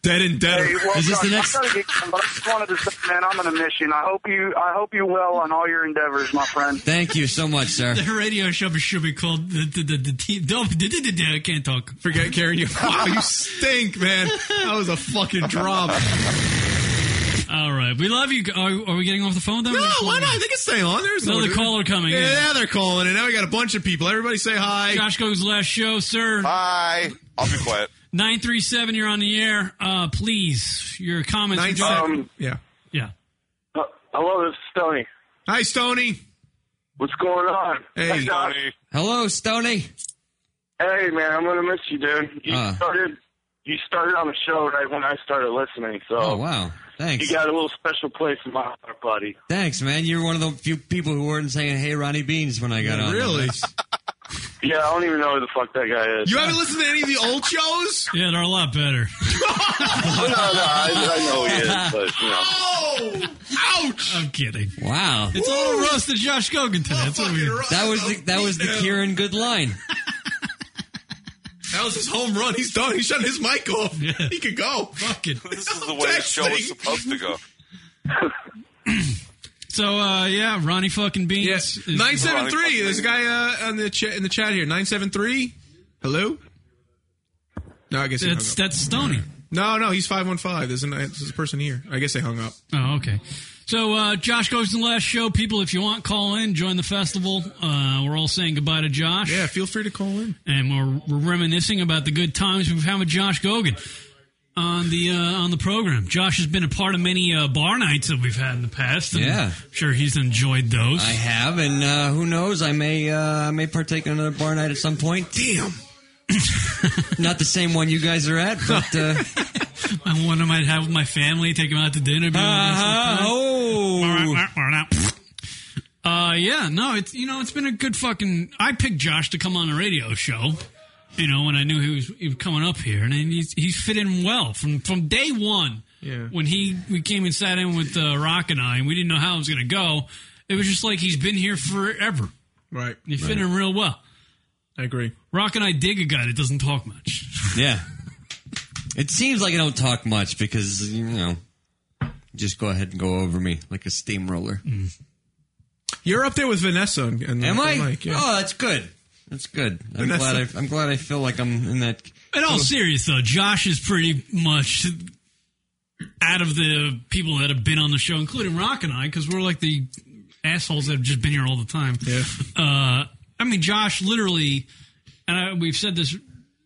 [SPEAKER 2] Dead and dead.
[SPEAKER 11] Hey, well, Josh, I gotta get going, but I just wanted to say, man, I'm gonna miss you, and I hope you, I hope you well on all your endeavors, my friend.
[SPEAKER 4] Thank you so much, sir.
[SPEAKER 3] The radio show should be called the the the, the, T- the, the, the, the I can't talk.
[SPEAKER 2] Forget Karen. You wow, you stink, man. That was a fucking drop.
[SPEAKER 3] All right, we love you. Are, are we getting off the phone? Then
[SPEAKER 2] No, why not? They can stay on. There's no-
[SPEAKER 3] another caller coming.
[SPEAKER 2] Yeah,
[SPEAKER 3] in.
[SPEAKER 2] they're calling, and now we got a bunch of people. Everybody say hi.
[SPEAKER 3] Josh goes last show, sir.
[SPEAKER 12] Hi. I'll be quiet.
[SPEAKER 3] 937, you're on the air. Uh, please, your comments.
[SPEAKER 2] Nine
[SPEAKER 3] Josh.
[SPEAKER 2] seven. Yeah.
[SPEAKER 3] Yeah.
[SPEAKER 11] Uh, Hello, this is Stony.
[SPEAKER 2] Hi, Stony.
[SPEAKER 11] What's going on?
[SPEAKER 2] Hey,
[SPEAKER 11] Stony.
[SPEAKER 4] Hello, Stony.
[SPEAKER 11] Hey, man, I'm gonna miss you, dude. You
[SPEAKER 4] Uh.
[SPEAKER 11] started, you started on the show right when I started listening. So,
[SPEAKER 4] Oh, wow. Thanks.
[SPEAKER 11] You got a little special place in my heart, buddy.
[SPEAKER 4] Thanks, man. You're one of the few people who weren't saying, hey, Ronnie Beans when I got on.
[SPEAKER 2] Really?
[SPEAKER 11] Yeah, I don't even know who the fuck that guy is.
[SPEAKER 2] You haven't listened to any of the old shows?
[SPEAKER 3] Yeah, they're a lot better.
[SPEAKER 11] no, no, I, I know he is, but you know.
[SPEAKER 2] Oh! Ouch!
[SPEAKER 3] I'm kidding.
[SPEAKER 4] Wow.
[SPEAKER 3] It's a little roasted Josh Gogan today. That's what we
[SPEAKER 4] That was the, that was the Kieran good line.
[SPEAKER 2] That was his home run. He's done. He shut his mic off. He could go.
[SPEAKER 3] Fucking.
[SPEAKER 12] This is the way the show is supposed to go.
[SPEAKER 3] So uh, yeah, Ronnie fucking Beans. is-
[SPEAKER 2] Nine seven three. There's a guy uh, on the cha- in the chat here. Nine seven three. Hello. No, I guess he
[SPEAKER 3] That's-
[SPEAKER 2] hung up.
[SPEAKER 3] that's Stoney.
[SPEAKER 2] No, no, he's five one five. There's a there's a person here. I guess they hung up.
[SPEAKER 3] Oh, okay. So uh, Josh goes to the last show. People, if you want, call in, join the festival. Uh, we're all saying goodbye to Josh. Yeah,
[SPEAKER 2] feel free to call in.
[SPEAKER 3] And we're, we're reminiscing about the good times we've had with Josh Gogan on the uh, on the program. Josh has been a part of many uh, bar nights that we've had in the past. and
[SPEAKER 4] Yeah.
[SPEAKER 3] I'm sure he's enjoyed those.
[SPEAKER 4] I have, and uh, who knows? I may uh, I may partake in another bar night at some point.
[SPEAKER 2] Damn.
[SPEAKER 4] Not the same one you guys are at, but uh,
[SPEAKER 3] I wonder might have with my family, take him out to dinner. Be
[SPEAKER 4] Uh-huh.
[SPEAKER 3] Oh. Uh, yeah, no, it's you know it's been a good fucking. I picked Josh to come on the radio show, you know, when I knew he was, he was coming up here, and he's he's fit in well from from day one.
[SPEAKER 2] Yeah.
[SPEAKER 3] When he we came and sat in with uh, Rock and I, and we didn't know how it was gonna go. It was just like he's been here forever.
[SPEAKER 2] Right.
[SPEAKER 3] He fit
[SPEAKER 2] Right.
[SPEAKER 3] in real well.
[SPEAKER 2] I agree.
[SPEAKER 3] Rock and I dig a guy that doesn't talk much.
[SPEAKER 4] yeah. It seems like I don't talk much because you know, just go ahead and go over me like a steamroller.
[SPEAKER 2] You're up there with Vanessa. And, and
[SPEAKER 4] Am I?
[SPEAKER 2] Mike, yeah.
[SPEAKER 4] Oh, that's good. That's good. I'm
[SPEAKER 2] Vanessa.
[SPEAKER 4] glad. I, I'm glad I feel like I'm in that.
[SPEAKER 3] In all serious though, Josh is pretty much out of the people that have been on the show, including Rock and I, because we're like the assholes that have just been here all the time. Yeah. Uh, I mean, Josh literally, and I, we've said this,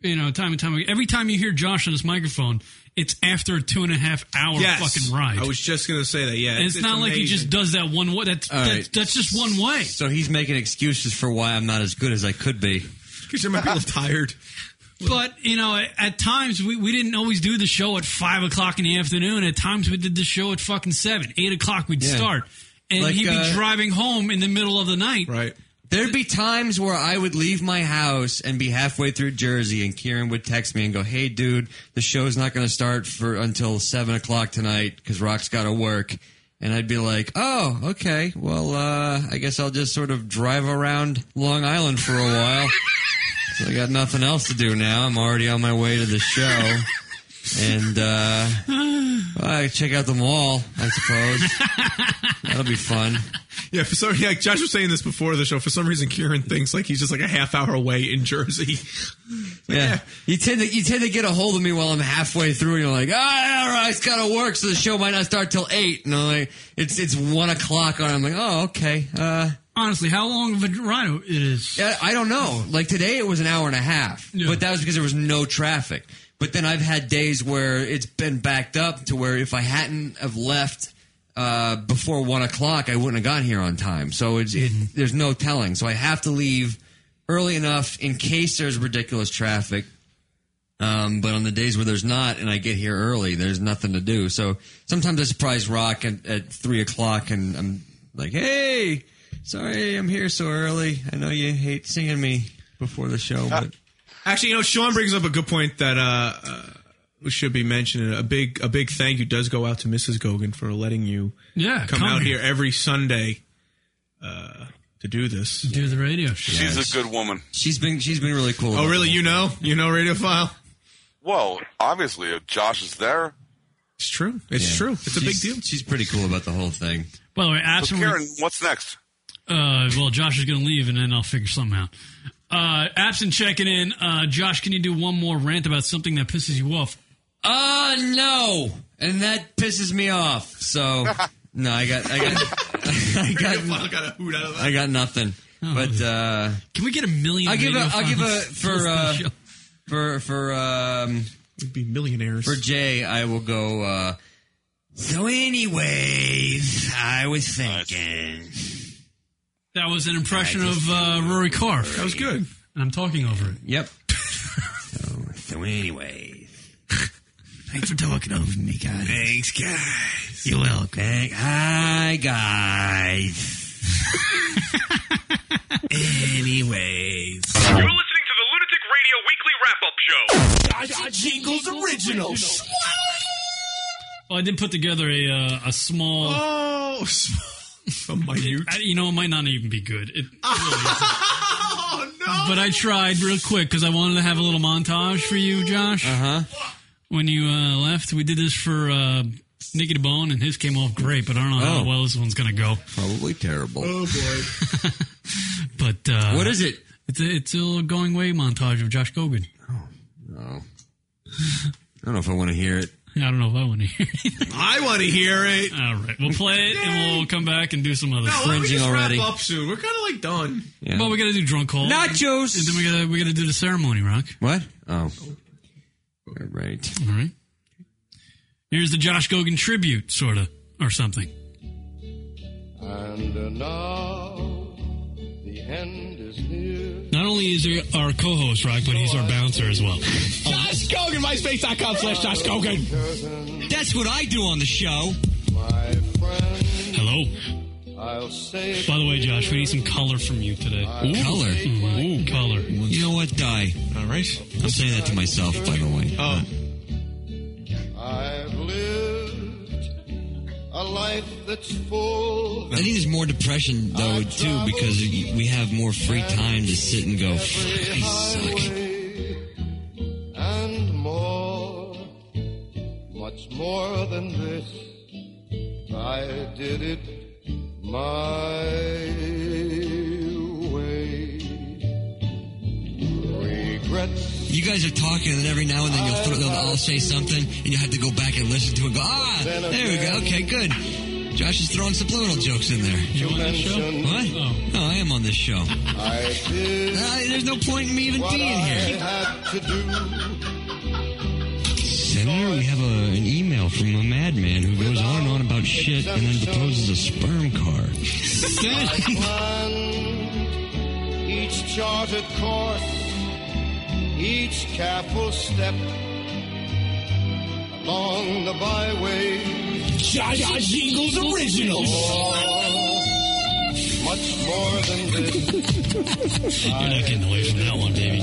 [SPEAKER 3] you know, time and time again. Every time you hear Josh on this microphone, it's after a two and a half hour
[SPEAKER 2] Yes.
[SPEAKER 3] fucking ride.
[SPEAKER 2] I was just gonna say that. Yeah.
[SPEAKER 3] And it's, not like he
[SPEAKER 2] amazing.
[SPEAKER 3] just does that one way. That's,
[SPEAKER 4] All
[SPEAKER 3] that's,
[SPEAKER 4] right.
[SPEAKER 3] that's just one way.
[SPEAKER 4] So he's making excuses for why I'm not as good as I could be.
[SPEAKER 2] Because I might be a little tired.
[SPEAKER 3] But you know, at, at times we, we didn't always do the show at five o'clock in the afternoon. At times we did the show at fucking seven, eight o'clock. We'd
[SPEAKER 4] Yeah.
[SPEAKER 3] start, and
[SPEAKER 4] Like,
[SPEAKER 3] he'd be
[SPEAKER 4] uh,
[SPEAKER 3] driving home in the middle of the night.
[SPEAKER 2] Right.
[SPEAKER 4] There'd be times where I would leave my house and be halfway through Jersey, and Kieran would text me and go, "Hey, dude, the show's not going to start for until seven o'clock tonight because Rock's got to work." And I'd be like, "Oh, okay. Well, uh, I guess I'll just sort of drive around Long Island for a while. so I got nothing else to do now. I'm already on my way to the show." And uh, well, I check out the mall, I suppose. That'll be fun.
[SPEAKER 2] Yeah, for some yeah, Josh was saying this before the show. For some reason, Kieran thinks like he's just like a half hour away in Jersey.
[SPEAKER 4] Yeah. You tend to you tend to get a hold of me while I'm halfway through. And you're like, ah, all right, it's gotta work, so the show might not start till eight. And I'm like, it's it's one o'clock. And I'm like, oh, okay. Uh,
[SPEAKER 3] Honestly, how long of a ride it is?
[SPEAKER 4] I don't know. Like today, it was an hour and a half, but that was because there was no traffic. But then I've had days where it's been backed up to where if I hadn't have left uh, before one o'clock, I wouldn't have gotten here on time. So it's it, there's no telling. So I have to leave early enough in case there's ridiculous traffic. Um, but on the days where there's not, and I get here early, there's nothing to do. So sometimes I surprise Rock at, at three o'clock, and I'm like, "Hey, sorry, I'm here so early. I know you hate seeing me before the show,
[SPEAKER 2] Ah.
[SPEAKER 4] but
[SPEAKER 2] Actually, you know, Sean brings up a good point that uh, uh, should be mentioned. A big, a big thank you does go out to Mrs. Gogan for letting you
[SPEAKER 3] Yeah,
[SPEAKER 2] come,
[SPEAKER 3] come
[SPEAKER 2] out
[SPEAKER 3] here.
[SPEAKER 2] here every Sunday uh, to do this.
[SPEAKER 3] Do the radio show.
[SPEAKER 12] She's a good woman.
[SPEAKER 4] She's been she's been really cool.
[SPEAKER 2] Oh, really? You know, you know, Radiophile.
[SPEAKER 12] Well, obviously, if Josh is there.
[SPEAKER 2] It's true. It's
[SPEAKER 4] Yeah.
[SPEAKER 2] true. It's a big
[SPEAKER 4] She's-
[SPEAKER 2] deal.
[SPEAKER 4] She's pretty cool about the whole thing.
[SPEAKER 3] By the way,
[SPEAKER 12] So,
[SPEAKER 3] absent.
[SPEAKER 12] Karen, what's next?
[SPEAKER 3] Uh, well, Josh is going to leave, and then I'll figure something out. Uh, absent checking in. Uh, Josh, can you do one more rant about something that pisses you off?
[SPEAKER 4] Uh no, and that pisses me off. So no, I got I got I got
[SPEAKER 2] got a hoot out of
[SPEAKER 4] I got nothing. But uh,
[SPEAKER 3] Can we get a million?
[SPEAKER 4] I'll give a
[SPEAKER 3] radio
[SPEAKER 4] I'll give a
[SPEAKER 3] files
[SPEAKER 4] for
[SPEAKER 3] posted on
[SPEAKER 4] uh,
[SPEAKER 3] the show?
[SPEAKER 4] for for um
[SPEAKER 2] We'd be millionaires.
[SPEAKER 4] for Jay. I will go. uh So, anyways, I was thinking.
[SPEAKER 3] That was an impression of uh, Rory Corf. That was good. And I'm talking over it.
[SPEAKER 4] Yep. So, anyways. Thanks for talking over me, guys. Thanks, guys. You're welcome. Hi, guys. anyways.
[SPEAKER 1] You're listening to the Lunatic Radio Weekly Wrap Up Show.
[SPEAKER 6] Jingles Originals.
[SPEAKER 3] Well, I did put together a uh, a small. Oh, small. minute. you know, it might not even be good. It,
[SPEAKER 2] oh no!
[SPEAKER 3] but I tried real quick because I wanted to have a little montage for you, Josh. Uh huh. When you uh, left, we did this for uh, Nicky DeBone, and his came off great. But I don't know
[SPEAKER 4] Oh.
[SPEAKER 3] how well this one's gonna go.
[SPEAKER 4] Probably terrible.
[SPEAKER 2] boy.
[SPEAKER 3] But uh,
[SPEAKER 4] What is it?
[SPEAKER 3] It's a, it's a little going away montage of Josh Gogan.
[SPEAKER 4] Oh. I don't know if I want to hear it.
[SPEAKER 3] Yeah, I don't know if I want to hear it.
[SPEAKER 2] I want to hear it.
[SPEAKER 3] All right, we'll play it and we'll come back and do some other.
[SPEAKER 2] No,
[SPEAKER 3] stuff.
[SPEAKER 2] let me just wrap up soon. We're kind of like done.
[SPEAKER 3] Well, we got to do drunk call
[SPEAKER 4] nachos,
[SPEAKER 3] and then we got to we got to do the ceremony rock.
[SPEAKER 4] What? Oh. All right.
[SPEAKER 3] All right. Here's the Josh Gogan tribute, sort of, or something.
[SPEAKER 13] And now the end is near.
[SPEAKER 3] Not only is he our co-host, Rock, but he's our bouncer as well.
[SPEAKER 6] Josh Gogan, myspace.com slash Josh Gogan. That's what I do on the show.
[SPEAKER 3] Hello.
[SPEAKER 13] I'll say
[SPEAKER 3] By the way, Josh, we need some color from you today.
[SPEAKER 13] Color?
[SPEAKER 3] Mhm, color.
[SPEAKER 4] You know what? Die.
[SPEAKER 2] All right.
[SPEAKER 4] I'm saying that to myself, by the way. Oh.
[SPEAKER 13] I've lived a life that's full.
[SPEAKER 4] I think there's more depression though too because we have more free time to sit and go. "Fuck, I suck.
[SPEAKER 13] and more, much more than this. I did it my way. Regrets.
[SPEAKER 4] You guys are talking, and then every now and then you'll throw, they'll, I'll say something, and you have to go back and listen to it. Go ah, there we go. Okay, good. Josh is throwing subliminal jokes in there. You
[SPEAKER 13] on this show?
[SPEAKER 4] What? Oh. I am on this show.
[SPEAKER 13] I did.
[SPEAKER 4] Uh, there's no point in me even
[SPEAKER 13] what
[SPEAKER 4] being
[SPEAKER 13] I
[SPEAKER 4] here.
[SPEAKER 13] had to do.
[SPEAKER 4] Senator, we have a, an email from a madman who goes on and on about shit and then proposes a sperm car.
[SPEAKER 13] I planned each charted course, each careful step along the byway.
[SPEAKER 6] Josh Jingles Originals.
[SPEAKER 13] Much more than this.
[SPEAKER 3] You're not getting away from that one, baby.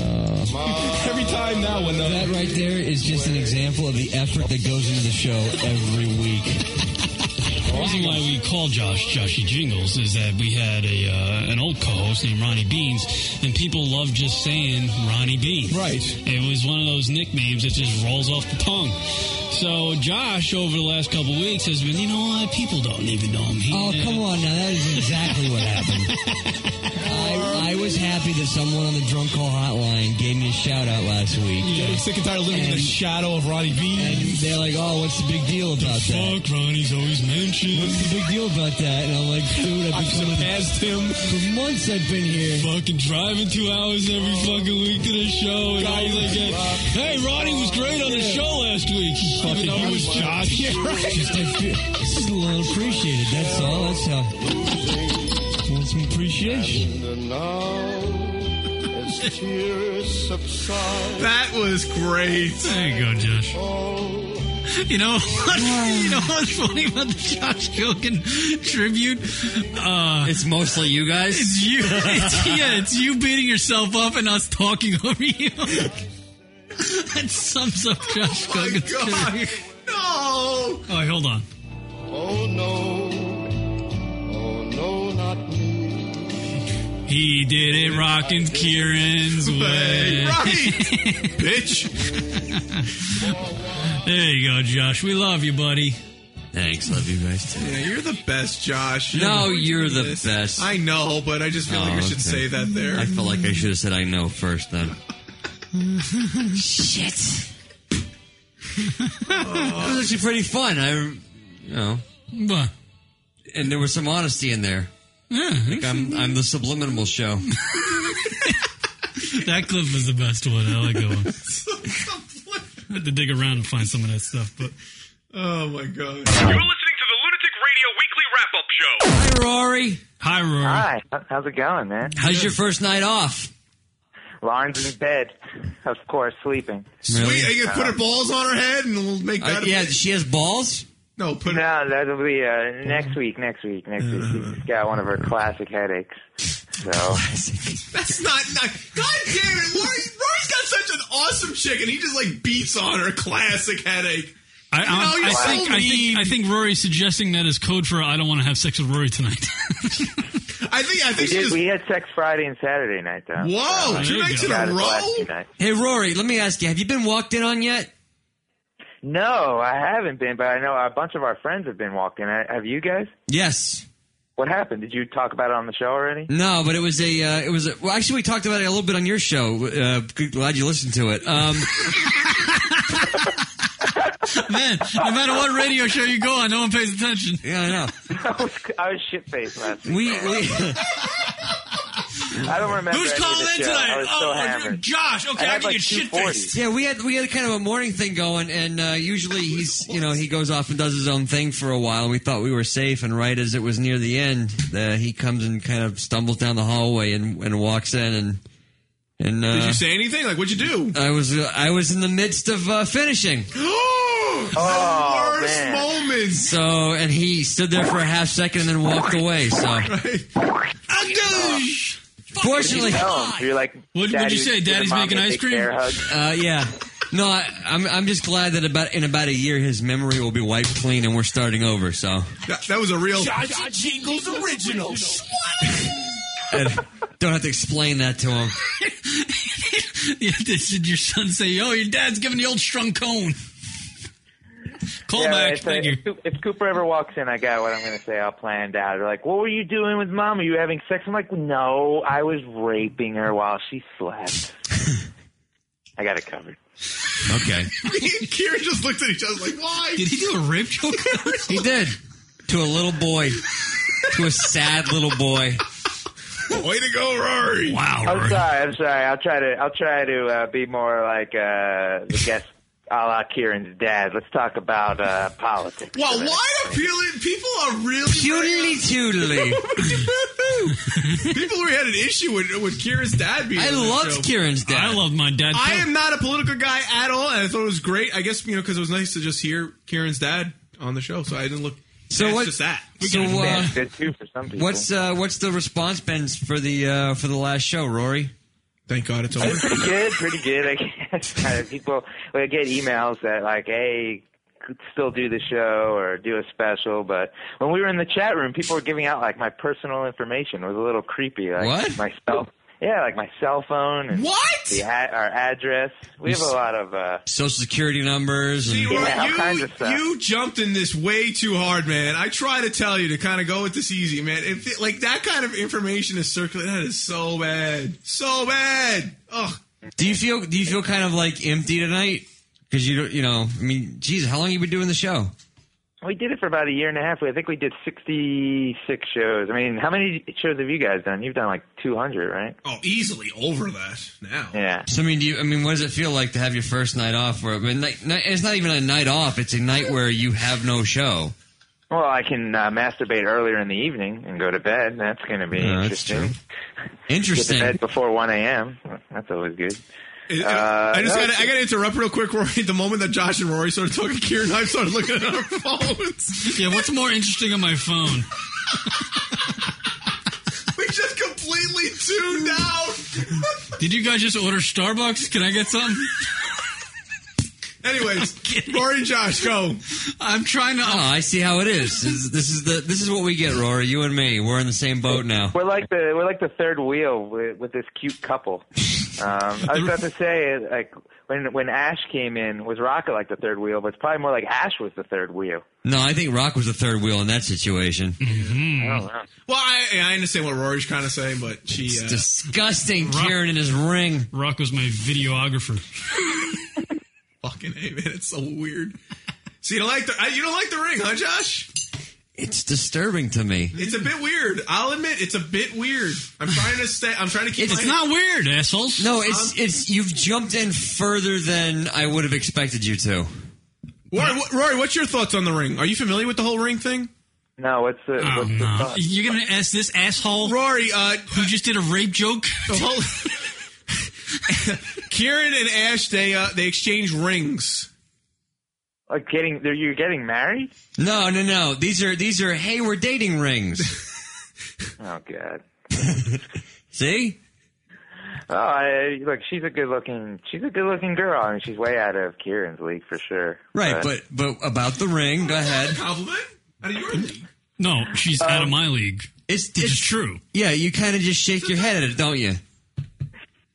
[SPEAKER 13] Every
[SPEAKER 4] time that one, though. That right there is just an example of the effort that goes into the show every week.
[SPEAKER 3] The reason why we call Josh Joshy Jingles is that we had a uh, an old co-host named Ronnie Beans, and people love just saying Ronnie Beans. Right. It was one of those nicknames that just rolls off the tongue. So Josh, over the last couple weeks, has been, you know what? People don't even know I'm here.
[SPEAKER 4] Oh, come on now. That is exactly what happened. I, I was happy that someone on the drunk call hotline gave me a shout out last week.
[SPEAKER 6] Yeah, I'm sick and tired of living in the
[SPEAKER 4] shadow of Ronnie B. And they're like, oh, what's the big deal about that?
[SPEAKER 3] Fuck, Ronnie's always mentioned.
[SPEAKER 4] What's the big deal about that? And I'm like, dude, I've been
[SPEAKER 3] surpassed him.
[SPEAKER 4] For months I've been here. Oh.
[SPEAKER 3] Fucking driving two hours every fucking week to the show. And always like that. Hey, Ronnie was great on the show last week. Fucking, he was Josh.
[SPEAKER 4] Just I feel- this is a little appreciated. That's all. That's how. Want some appreciation?
[SPEAKER 13] And now, as tears subside,
[SPEAKER 2] That was great.
[SPEAKER 3] There you go, Josh. You know, you know what's funny about the Josh Gogan tribute? Uh,
[SPEAKER 4] it's mostly you guys.
[SPEAKER 3] It's you. It's, yeah, it's you beating yourself up and us talking over you. that sums up Josh
[SPEAKER 2] Oh my
[SPEAKER 3] Gogan's
[SPEAKER 2] God.
[SPEAKER 3] tribute.
[SPEAKER 2] No.
[SPEAKER 3] All right, hold on.
[SPEAKER 13] oh no, oh no, not me.
[SPEAKER 3] He did it rocking Kieran's way. bitch. there you go, Josh. We love you, buddy.
[SPEAKER 4] Thanks. Love you guys too.
[SPEAKER 2] Yeah, you're the best, Josh.
[SPEAKER 4] No,
[SPEAKER 2] You're
[SPEAKER 4] you're the best. Oh,
[SPEAKER 2] I know, but I just feel like I should say that there.
[SPEAKER 4] I felt like I should have said I know first then. Shit. It was actually pretty fun. I, you know,
[SPEAKER 3] But,
[SPEAKER 4] and there was some honesty in there.
[SPEAKER 3] yeah,
[SPEAKER 4] Like I'm, I'm the subliminal show.
[SPEAKER 3] that clip was the best one. I like that one. I had to dig around and find some of that stuff, but
[SPEAKER 2] Oh my god.
[SPEAKER 4] Hi, Rory.
[SPEAKER 3] Hi, Rory.
[SPEAKER 14] Hi. H- How's it going, man?
[SPEAKER 4] How's your first night off?
[SPEAKER 14] Lauren's in bed, of course, sleeping.
[SPEAKER 2] Sweet. Are you gonna put her balls on her head and we'll make that?
[SPEAKER 14] yeah,
[SPEAKER 4] she has balls.
[SPEAKER 2] No, put.
[SPEAKER 14] No, that'll be uh, next week. Next week. Next week.
[SPEAKER 2] Uh.
[SPEAKER 14] She's got one of her classic headaches. So.
[SPEAKER 2] That's not. not god damn it, Rory, Rory's got such an awesome chick, and he just like beats on her. Classic headache.
[SPEAKER 3] I,
[SPEAKER 2] You
[SPEAKER 3] I-
[SPEAKER 2] know,
[SPEAKER 3] I
[SPEAKER 2] you're so
[SPEAKER 3] think, I
[SPEAKER 2] mean.
[SPEAKER 3] think I think Rory's suggesting that is code for I don't want to have sex with Rory tonight.
[SPEAKER 2] I think. I
[SPEAKER 14] we, did, we had sex Friday and Saturday night, though. So,
[SPEAKER 2] Whoa,
[SPEAKER 4] two
[SPEAKER 14] uh,
[SPEAKER 4] nights in a
[SPEAKER 14] got it the
[SPEAKER 4] row?
[SPEAKER 14] last two nights.
[SPEAKER 4] Hey, Rory. Let me ask you: Have you been walked in on yet?
[SPEAKER 14] No, I haven't been, but I know a bunch of our friends have been walking. Uh, Have you guys?
[SPEAKER 4] Yes.
[SPEAKER 14] What happened? Did you talk about it on the show already?
[SPEAKER 4] No, but it was a. Uh, it was a, well. Actually, we talked about it a little bit on your show. Uh, good- glad you listened to it. Um,
[SPEAKER 3] Man, no matter what radio show you go on, no one pays attention.
[SPEAKER 4] Yeah, I know.
[SPEAKER 14] I was, I was shit faced last week.
[SPEAKER 4] We, we
[SPEAKER 14] I don't remember.
[SPEAKER 4] Who's
[SPEAKER 14] any of
[SPEAKER 4] calling
[SPEAKER 14] the
[SPEAKER 4] in
[SPEAKER 14] show.
[SPEAKER 4] tonight?
[SPEAKER 14] I was
[SPEAKER 4] Oh,
[SPEAKER 14] so hammered.
[SPEAKER 3] Josh, okay,
[SPEAKER 14] I
[SPEAKER 3] I
[SPEAKER 14] had
[SPEAKER 3] can
[SPEAKER 14] like
[SPEAKER 3] get shit
[SPEAKER 14] 240.
[SPEAKER 3] faced.
[SPEAKER 4] Yeah, we had we had kind of a morning thing going, and uh, usually he's you know he goes off and does his own thing for a while. And we thought we were safe, and right as it was near the end, uh, he comes and kind of stumbles down the hallway and, and walks in and and uh,
[SPEAKER 2] Did you say anything? Like, what'd you do?
[SPEAKER 4] I was uh, I was in the midst of uh, finishing.
[SPEAKER 2] oh, worst
[SPEAKER 4] man.
[SPEAKER 2] moment.
[SPEAKER 4] So and he stood there for a half second and then walked away. So fortunately,
[SPEAKER 14] Did you tell him? You're like,
[SPEAKER 4] What'd- what'd you
[SPEAKER 14] "Daddy's
[SPEAKER 4] say?
[SPEAKER 14] giving
[SPEAKER 4] Daddy's
[SPEAKER 14] Mom
[SPEAKER 4] making
[SPEAKER 14] a
[SPEAKER 4] ice
[SPEAKER 14] big
[SPEAKER 4] cream?"
[SPEAKER 14] bear hug."
[SPEAKER 4] uh, yeah. No, I, I'm I'm just glad that about in about a year his memory will be wiped clean and we're starting over. So
[SPEAKER 2] That, that was a real.
[SPEAKER 6] Jingles original.
[SPEAKER 4] and don't have to explain that to him.
[SPEAKER 3] Yeah, this- did your son say, "Oh, your dad's giving the old strung cone"? Call
[SPEAKER 14] Yeah,
[SPEAKER 3] back.
[SPEAKER 14] it's like,
[SPEAKER 3] Thank you.
[SPEAKER 14] If, Coop- if Cooper ever walks in, I got what I'm going to say all planned out. They're like, "What were you doing with mom? Are you having sex?" I'm like, "No, I was raping her while she slept." I got it covered.
[SPEAKER 4] Okay.
[SPEAKER 2] Me and Kieran just looked at each other like, why?
[SPEAKER 3] Did he do a rape joke?
[SPEAKER 4] He did. To a little boy. To a sad little boy.
[SPEAKER 2] Way to go, Rory!
[SPEAKER 3] Wow.
[SPEAKER 14] I'm sorry. I'm sorry. I'll try to. I'll try to uh, be more like uh, the guest, a la Kieran's dad. Let's talk about uh, politics.
[SPEAKER 2] Wow, why do peel- people are really
[SPEAKER 4] purely toodly?
[SPEAKER 2] people who had an issue with with Kieran's dad being.
[SPEAKER 3] I
[SPEAKER 2] on the
[SPEAKER 3] loved
[SPEAKER 2] show.
[SPEAKER 4] Kieran's dad.
[SPEAKER 3] I love my dad.
[SPEAKER 2] I
[SPEAKER 3] too.
[SPEAKER 2] am not a political guy at all, and I thought it was great. I guess you know because it was nice to just hear Kieran's dad on the show, so I didn't look.
[SPEAKER 4] So
[SPEAKER 2] past
[SPEAKER 4] what-
[SPEAKER 2] Just that.
[SPEAKER 4] so,
[SPEAKER 2] got it.
[SPEAKER 4] uh,
[SPEAKER 14] That's good too for some people.
[SPEAKER 4] What's uh, what's the response been for the uh, for the last show, Rory?
[SPEAKER 2] Thank God it's over.
[SPEAKER 14] pretty good, pretty good. I guess Uh, people we get emails that like, hey, could still do the show or do a special. But when we were in the chat room, people were giving out like my personal information. It was a little creepy. Like,
[SPEAKER 4] What?
[SPEAKER 14] Uh, My cell, yeah, like my cell phone. And
[SPEAKER 2] What?
[SPEAKER 14] The a- our address. We have a lot of. Uh,
[SPEAKER 4] Social security numbers. and-
[SPEAKER 2] Rory,
[SPEAKER 14] yeah, all
[SPEAKER 2] you,
[SPEAKER 14] kinds of stuff.
[SPEAKER 2] you jumped in this way too hard, man. I try to tell you to kind of go with this easy, man. If it- like that kind of information is circulating, that is so bad, so bad. Ugh.
[SPEAKER 4] do you feel do you feel kind of like empty tonight? Because you don't- you know, I mean, geez, how long you been doing the show?
[SPEAKER 14] we did it for about a year and a half. I think we did 66 shows. I mean, how many shows have you guys done? You've done like 200, right?
[SPEAKER 2] Oh, easily over that now.
[SPEAKER 14] Yeah.
[SPEAKER 4] So I mean, do you, I mean, what does it feel like to have your first night off? Where I mean, night, night, it's not even a night off; it's a night where you have no show.
[SPEAKER 14] Well, I can uh, masturbate earlier in the evening and go to bed. That's going to be
[SPEAKER 4] Yeah, that's
[SPEAKER 14] interesting.
[SPEAKER 4] Interesting.
[SPEAKER 14] Get to bed before 1 a.m. That's always good. Uh,
[SPEAKER 2] I just
[SPEAKER 14] no,
[SPEAKER 2] got to I got to interrupt real quick, Rory. The moment that Josh and Rory started talking, Kieran and I started looking at our phones.
[SPEAKER 3] Yeah, what's more interesting on my phone?
[SPEAKER 2] We just completely tuned out.
[SPEAKER 3] Did you guys just order Starbucks? Can I get some?
[SPEAKER 2] Anyways, Rory and Josh, go.
[SPEAKER 3] I'm trying to.
[SPEAKER 4] Oh, I see how it is. This is- This is the this is what we get, Rory. You and me, we're in the same boat now.
[SPEAKER 14] We're like the we're like the third wheel with, with this cute couple. Um, I was about to say like when when Ash came in was Rocket like the third wheel, but it's probably more like Ash was the third wheel.
[SPEAKER 4] No, I think Rock was the third wheel in that situation.
[SPEAKER 2] Well, I, I understand what Rory's trying to say, but she uh,
[SPEAKER 4] Disgusting, Kieran in his ring.
[SPEAKER 3] Rock was my videographer.
[SPEAKER 2] fucking hey man, it's so weird. So you don't like the I- you don't like the ring, huh, Josh?
[SPEAKER 4] It's disturbing to me.
[SPEAKER 2] It's a bit weird. I'll admit, it's a bit weird. I'm trying to stay. I'm trying to keep.
[SPEAKER 4] It's
[SPEAKER 2] my-
[SPEAKER 4] not
[SPEAKER 3] weird, assholes.
[SPEAKER 4] No, it's it's you've jumped in further than I would have expected you to.
[SPEAKER 2] Rory, wh- Rory, what's your thoughts on the ring? Are you familiar with the whole ring thing?
[SPEAKER 14] No, what's
[SPEAKER 3] Oh,
[SPEAKER 14] the,
[SPEAKER 2] what's
[SPEAKER 14] the thought?
[SPEAKER 3] You're gonna ask this asshole,
[SPEAKER 2] Rory, uh,
[SPEAKER 3] who just did a rape joke?
[SPEAKER 2] Kieran and Ash, they uh, they exchange rings.
[SPEAKER 14] Like getting, they're- you're getting married?
[SPEAKER 4] No, no, no. These are these are hey, we're dating rings.
[SPEAKER 14] Oh god.
[SPEAKER 4] See?
[SPEAKER 14] Oh, I, look, she's a good-looking, she's a good-looking girl. I mean, she's way out of Kieran's league for sure.
[SPEAKER 4] Right, but but about the ring, go ahead.
[SPEAKER 2] Compliment? Out of your league.
[SPEAKER 3] No, she's out of my league.
[SPEAKER 4] It's
[SPEAKER 3] it's, true.
[SPEAKER 4] Yeah, you kind of just shake your head at it, don't you?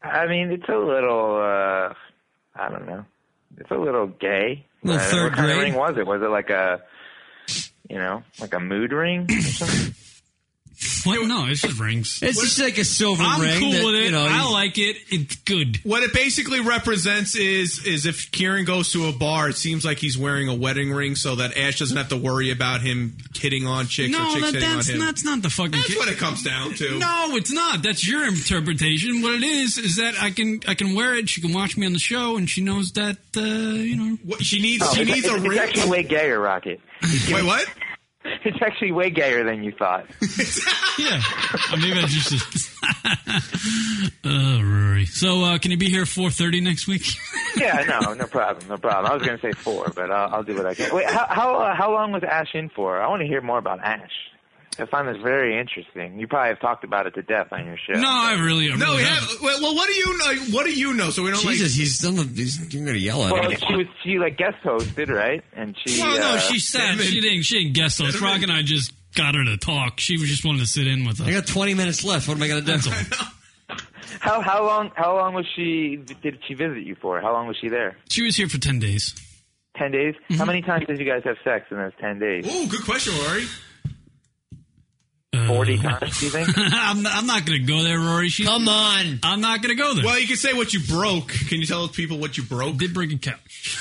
[SPEAKER 14] I mean, it's a little, uh, I don't know. It's a little gay.
[SPEAKER 4] Little
[SPEAKER 14] Uh,
[SPEAKER 4] third
[SPEAKER 14] what kind
[SPEAKER 4] grade?
[SPEAKER 14] of ring was it? Was it like a, you know, like a mood ring? or something?
[SPEAKER 3] What? No, it's just rings.
[SPEAKER 4] It's just like a silver
[SPEAKER 3] I'm
[SPEAKER 4] ring.
[SPEAKER 3] cool
[SPEAKER 4] that,
[SPEAKER 3] with it.
[SPEAKER 4] You know,
[SPEAKER 3] I
[SPEAKER 4] you-
[SPEAKER 3] like it. It's good.
[SPEAKER 2] What it basically represents is is if Kieran goes to a bar, it seems like he's wearing a wedding ring, so that Ash doesn't have to worry about him hitting on chicks or
[SPEAKER 3] No,
[SPEAKER 2] chicks
[SPEAKER 3] that,
[SPEAKER 2] hitting
[SPEAKER 3] that's
[SPEAKER 2] on him.
[SPEAKER 3] that's not the fucking.
[SPEAKER 2] That's what it comes down to.
[SPEAKER 3] No, it's not. That's your interpretation. What it is is that I can I can wear it. She can watch me on the show, and she knows that uh, you know
[SPEAKER 2] what she needs.
[SPEAKER 14] No, it's, it's, it's actually way gayer, Rocket.
[SPEAKER 2] Wait, what?
[SPEAKER 14] It's actually way gayer than you thought.
[SPEAKER 3] yeah, Uh, maybe I just. oh, Rory. So uh, can you be here four thirty next week?
[SPEAKER 14] yeah, no, no problem, no problem. I was going to say four, but I'll, I'll do what I can. Wait, how how, uh, how long was Ash in for? I want to hear more about Ash. I find this very interesting. You probably have talked about it to death on your show.
[SPEAKER 3] No, I really. I
[SPEAKER 2] No,
[SPEAKER 3] really
[SPEAKER 2] we have. Well, well, what do you know? What do you know? So we don't
[SPEAKER 4] Jesus, he's still. He's, you're gonna yell at
[SPEAKER 14] Well,
[SPEAKER 4] him.
[SPEAKER 14] she was she like guest hosted, right? And she.
[SPEAKER 3] Well,
[SPEAKER 14] uh,
[SPEAKER 3] no, she sat. She didn't. She didn't guess those. Rock and I just got her to talk. She was just wanted to sit in with us.
[SPEAKER 4] I got twenty minutes left. What am I gonna do?
[SPEAKER 14] How how long how long was she? Did she visit you for? How long was she there?
[SPEAKER 3] She was here for ten days.
[SPEAKER 14] Ten days. How
[SPEAKER 3] Mm-hmm.
[SPEAKER 14] many times did you guys have sex in those ten days?
[SPEAKER 2] Oh, good question, Rory.
[SPEAKER 3] Uh,
[SPEAKER 14] Forty times, do you think?
[SPEAKER 3] I'm not, I'm not going to go there, Rory. She, Come
[SPEAKER 4] on.
[SPEAKER 3] I'm not going to go there.
[SPEAKER 2] Well, you can say what you broke. Can you tell people what you broke?
[SPEAKER 3] Did break a couch.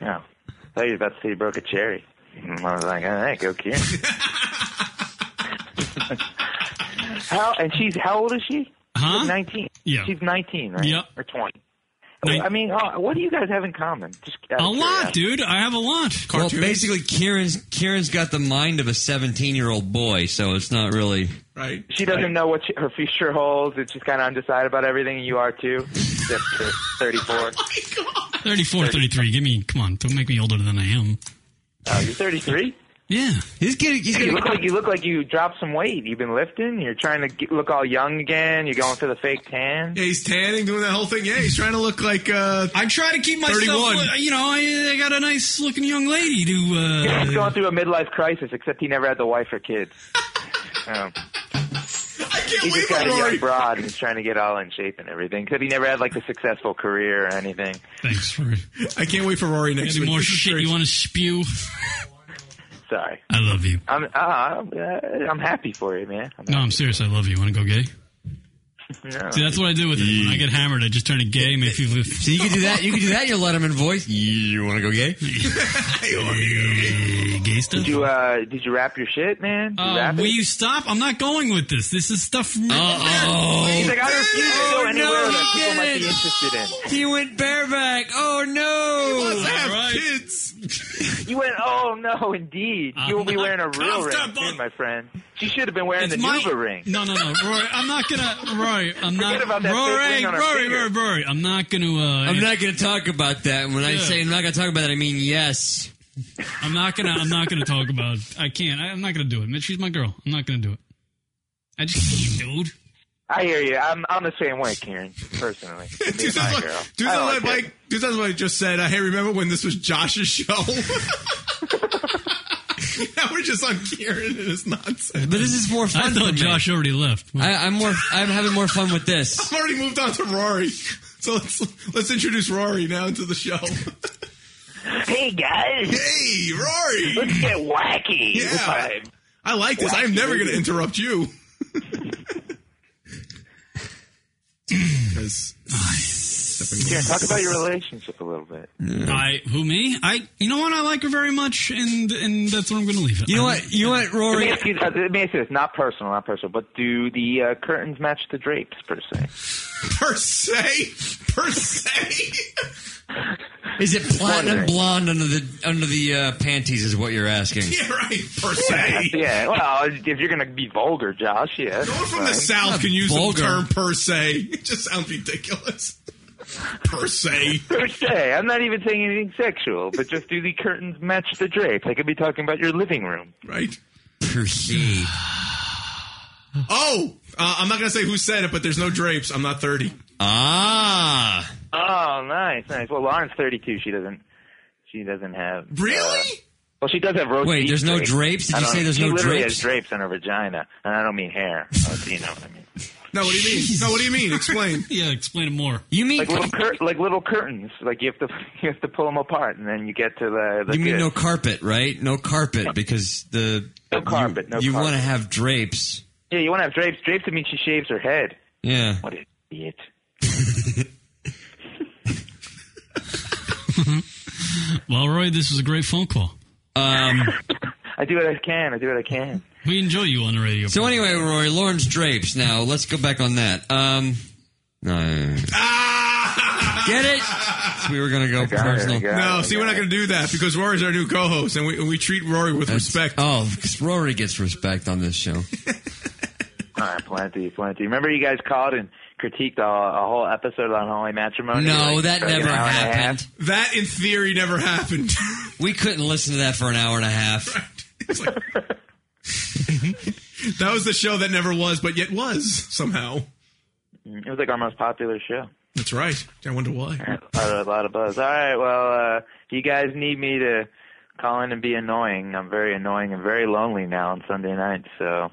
[SPEAKER 14] No. I thought you were about to say you broke a cherry. And I was like, all right, go Kieran. how and she's how old is she?
[SPEAKER 3] Huh?
[SPEAKER 14] She's nineteen.
[SPEAKER 3] Yeah.
[SPEAKER 14] She's nineteen, right?
[SPEAKER 3] Yep.
[SPEAKER 14] Or twenty.
[SPEAKER 3] Nin-
[SPEAKER 14] I mean, uh, what do you guys have in common? Just uh, out
[SPEAKER 3] A
[SPEAKER 2] Oh.
[SPEAKER 14] of
[SPEAKER 3] lot,
[SPEAKER 14] curiosity.
[SPEAKER 3] dude. I have a lot.
[SPEAKER 4] Well, basically, Kieran's Kieran's got the mind of a seventeen-year-old boy, so it's not really.
[SPEAKER 2] Right.
[SPEAKER 14] She doesn't know what she, her future holds. It's just kind of undecided about everything, and you are too. Except for 34.
[SPEAKER 3] 34, 33. Give me. Come on. Don't make me older than I am.
[SPEAKER 14] Oh, you're 33?
[SPEAKER 3] Yeah. He's getting. He's
[SPEAKER 14] you look like you look like you dropped some weight. You've been lifting. You're trying to get, look all young again. You're going for the fake tan.
[SPEAKER 2] Yeah, he's tanning, doing that whole thing. Yeah, he's trying to look like. uh
[SPEAKER 3] I try to keep myself.
[SPEAKER 2] 31.
[SPEAKER 3] uh, You know, I, I got a nice looking young lady to. Uh,
[SPEAKER 14] He's going through a midlife crisis, except he never had the wife or kids. Um,
[SPEAKER 2] I can't
[SPEAKER 14] he's
[SPEAKER 2] wait
[SPEAKER 14] just
[SPEAKER 2] for
[SPEAKER 14] got a young
[SPEAKER 2] Rory.
[SPEAKER 14] broad and he's trying to get all in shape and everything. Except he never had like a successful career or anything.
[SPEAKER 3] Thanks, Rory.
[SPEAKER 2] I can't wait for Rory next
[SPEAKER 3] Any
[SPEAKER 2] week.
[SPEAKER 3] more
[SPEAKER 2] This is
[SPEAKER 3] shit
[SPEAKER 2] great.
[SPEAKER 3] you want to spew?
[SPEAKER 14] Sorry,
[SPEAKER 3] I love you.
[SPEAKER 14] I'm uh, I'm, uh, I'm happy for you, man. I'm
[SPEAKER 3] No, I'm serious. I love you. Want to go gay?
[SPEAKER 14] Yeah.
[SPEAKER 3] See, that's what I do with it. When I get hammered, I just turn it gay, make people.
[SPEAKER 4] So you could do that. You could do that. in Your Letterman voice. You want to go gay?
[SPEAKER 3] gay stuff.
[SPEAKER 14] Did you uh, did you wrap your shit, man? Did you
[SPEAKER 3] Uh,
[SPEAKER 14] wrap
[SPEAKER 3] will
[SPEAKER 14] it?
[SPEAKER 3] you stop? I'm not going with this. This is stuff. From-
[SPEAKER 4] uh,
[SPEAKER 14] He's like, I refuse to go
[SPEAKER 4] Oh, no,
[SPEAKER 14] anywhere
[SPEAKER 4] he
[SPEAKER 14] that people might be
[SPEAKER 4] didn't.
[SPEAKER 14] interested in.
[SPEAKER 4] He went bareback. Oh no!
[SPEAKER 2] kids.
[SPEAKER 14] You went, oh no, indeed. You will be wearing a real ring soon, my friend. She should have been wearing
[SPEAKER 3] It's
[SPEAKER 14] the
[SPEAKER 3] my-
[SPEAKER 14] Nuva ring.
[SPEAKER 3] No, no, no, Rory. I'm not gonna. Rory, I'm
[SPEAKER 14] Forget
[SPEAKER 3] not.
[SPEAKER 14] about that fake
[SPEAKER 3] Rory,
[SPEAKER 14] ring on her
[SPEAKER 3] Rory,
[SPEAKER 14] finger.
[SPEAKER 3] Rory, Rory. I'm not gonna. Uh,
[SPEAKER 4] I'm not going to talk about that. When I
[SPEAKER 3] Yeah.
[SPEAKER 4] say I'm not going to talk about it, I mean yes.
[SPEAKER 3] I'm not gonna. I'm not gonna talk about. I can't. I, I'm not gonna do it. She's my girl. I'm not gonna do it. I just, dude.
[SPEAKER 14] I hear you. I'm, I'm the same way, Karen, personally. Being my girl.
[SPEAKER 2] Dude,
[SPEAKER 14] I
[SPEAKER 2] that's
[SPEAKER 14] don't like
[SPEAKER 2] what
[SPEAKER 14] it.
[SPEAKER 2] Mike. Dude, that's what I just said. Uh, hey, remember when this was Josh's show? now we're just on Kieran and his nonsense.
[SPEAKER 4] But this is more fun.
[SPEAKER 3] I thought
[SPEAKER 4] for me.
[SPEAKER 3] Josh already left.
[SPEAKER 4] I, I'm more. I'm having more fun with this.
[SPEAKER 2] I've already moved on to Rory, so let's let's introduce Rory now into the show.
[SPEAKER 11] Hey guys.
[SPEAKER 2] Hey, Rory.
[SPEAKER 11] Let's get wacky.
[SPEAKER 2] Yeah. I like this. I'm never going to interrupt you.
[SPEAKER 14] Karen, talk about your relationship a little bit.
[SPEAKER 3] I who me? I you know what? I like her very much, and and that's where I'm gonna leave it.
[SPEAKER 4] You know what? You know what,
[SPEAKER 14] Let me
[SPEAKER 4] Rory?
[SPEAKER 14] ask you, uh, let me ask you this. Not personal, not personal, but do the uh, curtains match the drapes, per se?
[SPEAKER 2] per se, per se.
[SPEAKER 4] Is it platinum
[SPEAKER 14] Wondering.
[SPEAKER 4] blonde under the under the uh, panties? Is what you're asking?
[SPEAKER 2] right. Per
[SPEAKER 14] Yeah,
[SPEAKER 2] se.
[SPEAKER 14] yeah, well, if you're going to be vulgar, Josh, yeah. No
[SPEAKER 2] one from the South can use the term per se. It just sounds ridiculous. per se.
[SPEAKER 14] Per se. I'm not even saying anything sexual, but just do the curtains match the drapes? I could be talking about your living room.
[SPEAKER 2] Right.
[SPEAKER 4] Per se.
[SPEAKER 2] Oh, uh, I'm not going to say who said it, but there's no drapes. I'm not 30.
[SPEAKER 4] Ah.
[SPEAKER 14] Oh, nice, nice. Well, Lauren's 32. She doesn't. She doesn't have. uh, Really? well, she does have rose.
[SPEAKER 4] Wait,
[SPEAKER 14] beef
[SPEAKER 4] there's no drapes? Did
[SPEAKER 14] I
[SPEAKER 4] you
[SPEAKER 14] don't-
[SPEAKER 4] say there's
[SPEAKER 14] she
[SPEAKER 4] no
[SPEAKER 14] literally
[SPEAKER 4] drapes?
[SPEAKER 14] Has drapes on her vagina, and I don't mean hair. but you know what I mean?
[SPEAKER 2] No, what do you mean? No, what do you mean? Explain.
[SPEAKER 3] yeah, explain it more.
[SPEAKER 4] You mean
[SPEAKER 14] like little cur- like little curtains? Like you have to you have to pull them apart, and then you get to the. the
[SPEAKER 4] You mean
[SPEAKER 14] good.
[SPEAKER 4] no carpet, right? No carpet because the no carpet. You,
[SPEAKER 14] no
[SPEAKER 4] you want to
[SPEAKER 14] carpet.
[SPEAKER 4] have drapes.
[SPEAKER 14] Yeah, you want to have drapes. Drapes would mean she shaves her head.
[SPEAKER 4] Yeah.
[SPEAKER 14] What an idiot.
[SPEAKER 3] Well, Roy, this was a great phone call. Um,
[SPEAKER 14] I do what I can. I do what I can.
[SPEAKER 3] we enjoy you on the radio.
[SPEAKER 4] So anyway, Rory, Lauren's drapes. Now let's go back on that. Um, no, no, no, no. get it? So we were gonna go personal.
[SPEAKER 2] Ah! No, see, we're not going to do that because Rory's our new co-host, and we, and we treat Rory with
[SPEAKER 4] That's-
[SPEAKER 2] respect.
[SPEAKER 4] Oh, because Rory gets respect on this show.
[SPEAKER 14] All right, plenty, plenty. Remember, you guys called and critiqued a, a whole episode on holy matrimony.
[SPEAKER 4] No,
[SPEAKER 14] like,
[SPEAKER 4] that
[SPEAKER 14] like an
[SPEAKER 4] never
[SPEAKER 14] hour and a half?
[SPEAKER 4] happened.
[SPEAKER 2] That, in theory, never happened.
[SPEAKER 4] We couldn't listen to that for an hour and a half.
[SPEAKER 2] that was the show that never was, but yet was somehow.
[SPEAKER 14] Mm, It was like our most popular show.
[SPEAKER 2] That's right. I wonder why.
[SPEAKER 14] A lot of, a lot of buzz. All right, well, uh, if you guys need me to call in and be annoying, I'm very annoying and very lonely now on Sunday nights. So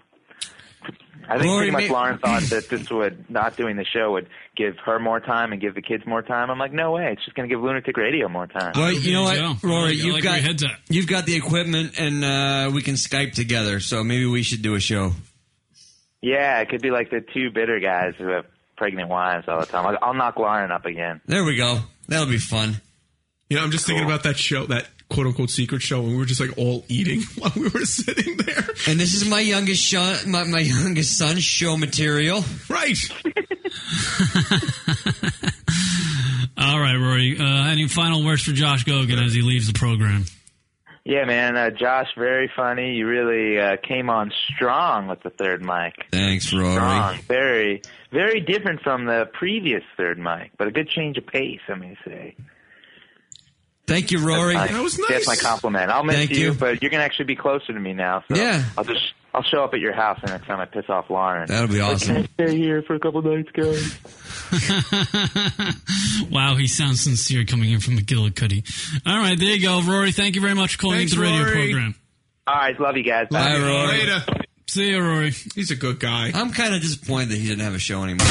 [SPEAKER 14] I think
[SPEAKER 4] Rory,
[SPEAKER 14] pretty much
[SPEAKER 4] may-
[SPEAKER 14] Lauren thought that this would not doing the show would give her more time and give the kids more time. I'm like, no way. It's just going to give Lunatic Radio more time.
[SPEAKER 4] Well, you know what,
[SPEAKER 14] I
[SPEAKER 4] Rory, you've
[SPEAKER 14] like where
[SPEAKER 4] got
[SPEAKER 14] your head's at.
[SPEAKER 4] you've got the equipment, and uh, we can Skype together. So maybe we should do a show.
[SPEAKER 14] Yeah, it could be like the two bitter guys who have uh, pregnant wives all the time. I'll, I'll knock Lauren up again.
[SPEAKER 4] There we go. That'll be fun.
[SPEAKER 2] You know, I'm just thinking about that show, that quote unquote secret show, and we were just like all eating while we were sitting there.
[SPEAKER 4] And this is my youngest son, my, my youngest son's show material.
[SPEAKER 2] Right.
[SPEAKER 3] All right, Rory. Uh, any final words for Josh Gogan as he leaves the program?
[SPEAKER 14] Yeah, man. Uh, Josh, very funny. You really uh, came on strong with the third mic.
[SPEAKER 4] Thanks, Rory.
[SPEAKER 14] Strong, Ah, very, very different from the previous third mic, but a good change of pace. I may say.
[SPEAKER 4] Thank you, Rory.
[SPEAKER 14] That's That's my compliment. I'll miss
[SPEAKER 4] Thank
[SPEAKER 14] you,
[SPEAKER 4] you.
[SPEAKER 14] but you're gonna actually be closer to me now. So
[SPEAKER 4] Yeah.
[SPEAKER 14] I'll just I'll show up at your house the next time I piss off Lauren.
[SPEAKER 4] That'll be
[SPEAKER 14] Like,
[SPEAKER 4] awesome.
[SPEAKER 14] "Can I stay here for a couple nights, guys.
[SPEAKER 3] Wow, he sounds sincere coming in from McGillicuddy. All right, there you go, Rory. Thank you very much for calling
[SPEAKER 2] Thanks,
[SPEAKER 3] into the radio
[SPEAKER 2] Rory.
[SPEAKER 3] program.
[SPEAKER 14] All right, love you guys.
[SPEAKER 4] Bye, Rory.
[SPEAKER 2] Later.
[SPEAKER 3] See you, Rory.
[SPEAKER 2] He's a good guy.
[SPEAKER 4] I'm kind of disappointed that he didn't have a show anymore.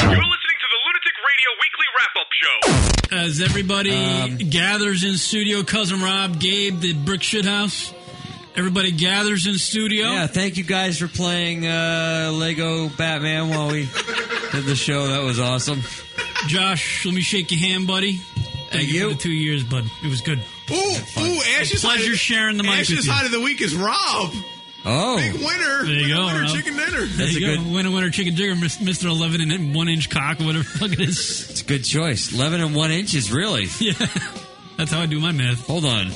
[SPEAKER 3] As everybody
[SPEAKER 4] Um,
[SPEAKER 3] gathers in studio, cousin Rob, Gabe, the Brick Shit House, everybody gathers in studio.
[SPEAKER 4] Yeah, thank you guys for playing uh, Lego Batman while we did the show. That was awesome.
[SPEAKER 3] Josh, let me shake your hand, buddy. Thank you, for the two years, bud. It was good.
[SPEAKER 2] Ooh, ooh, Ash's
[SPEAKER 3] pleasure
[SPEAKER 2] hide of-
[SPEAKER 3] sharing the mic
[SPEAKER 2] Ash's
[SPEAKER 3] with you.
[SPEAKER 2] hide of the week is Rob.
[SPEAKER 4] Oh,
[SPEAKER 2] Big winner.
[SPEAKER 3] There you
[SPEAKER 2] Winner,
[SPEAKER 3] go.
[SPEAKER 2] winner,
[SPEAKER 3] Rob.
[SPEAKER 2] chicken dinner.
[SPEAKER 3] There
[SPEAKER 2] That's
[SPEAKER 3] you
[SPEAKER 2] a
[SPEAKER 3] go.
[SPEAKER 2] good-
[SPEAKER 3] winner, winner, chicken dinner. Mis- Mr. Eleven and one inch cock, whatever the fuck it is.
[SPEAKER 4] It's a good choice. 11 and 1 inches, really.
[SPEAKER 3] Yeah. That's how I do my math.
[SPEAKER 4] Hold on.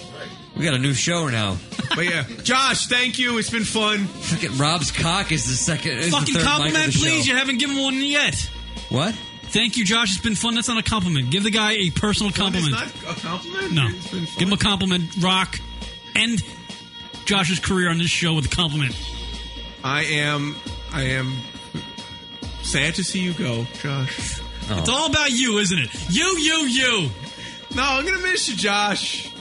[SPEAKER 4] We got a new show now.
[SPEAKER 2] But yeah, Josh, thank you. It's been fun.
[SPEAKER 4] Fucking Rob's cock is the second. is the
[SPEAKER 3] Fucking
[SPEAKER 4] third mic of
[SPEAKER 3] compliment,
[SPEAKER 4] the
[SPEAKER 3] please.
[SPEAKER 4] show.
[SPEAKER 3] You haven't given one yet.
[SPEAKER 4] What?
[SPEAKER 3] Thank you, Josh. It's been fun. That's not a compliment. Give the guy a personal
[SPEAKER 2] It's
[SPEAKER 3] compliment.
[SPEAKER 2] not a compliment.
[SPEAKER 3] No.
[SPEAKER 2] It's been
[SPEAKER 3] Give him a compliment, Rock. End Josh's career on this show with a compliment.
[SPEAKER 2] I am. I am sad to see you go, Josh.
[SPEAKER 4] Oh.
[SPEAKER 3] It's all about you, isn't it? You, you, you.
[SPEAKER 2] No, I'm gonna miss you, Josh.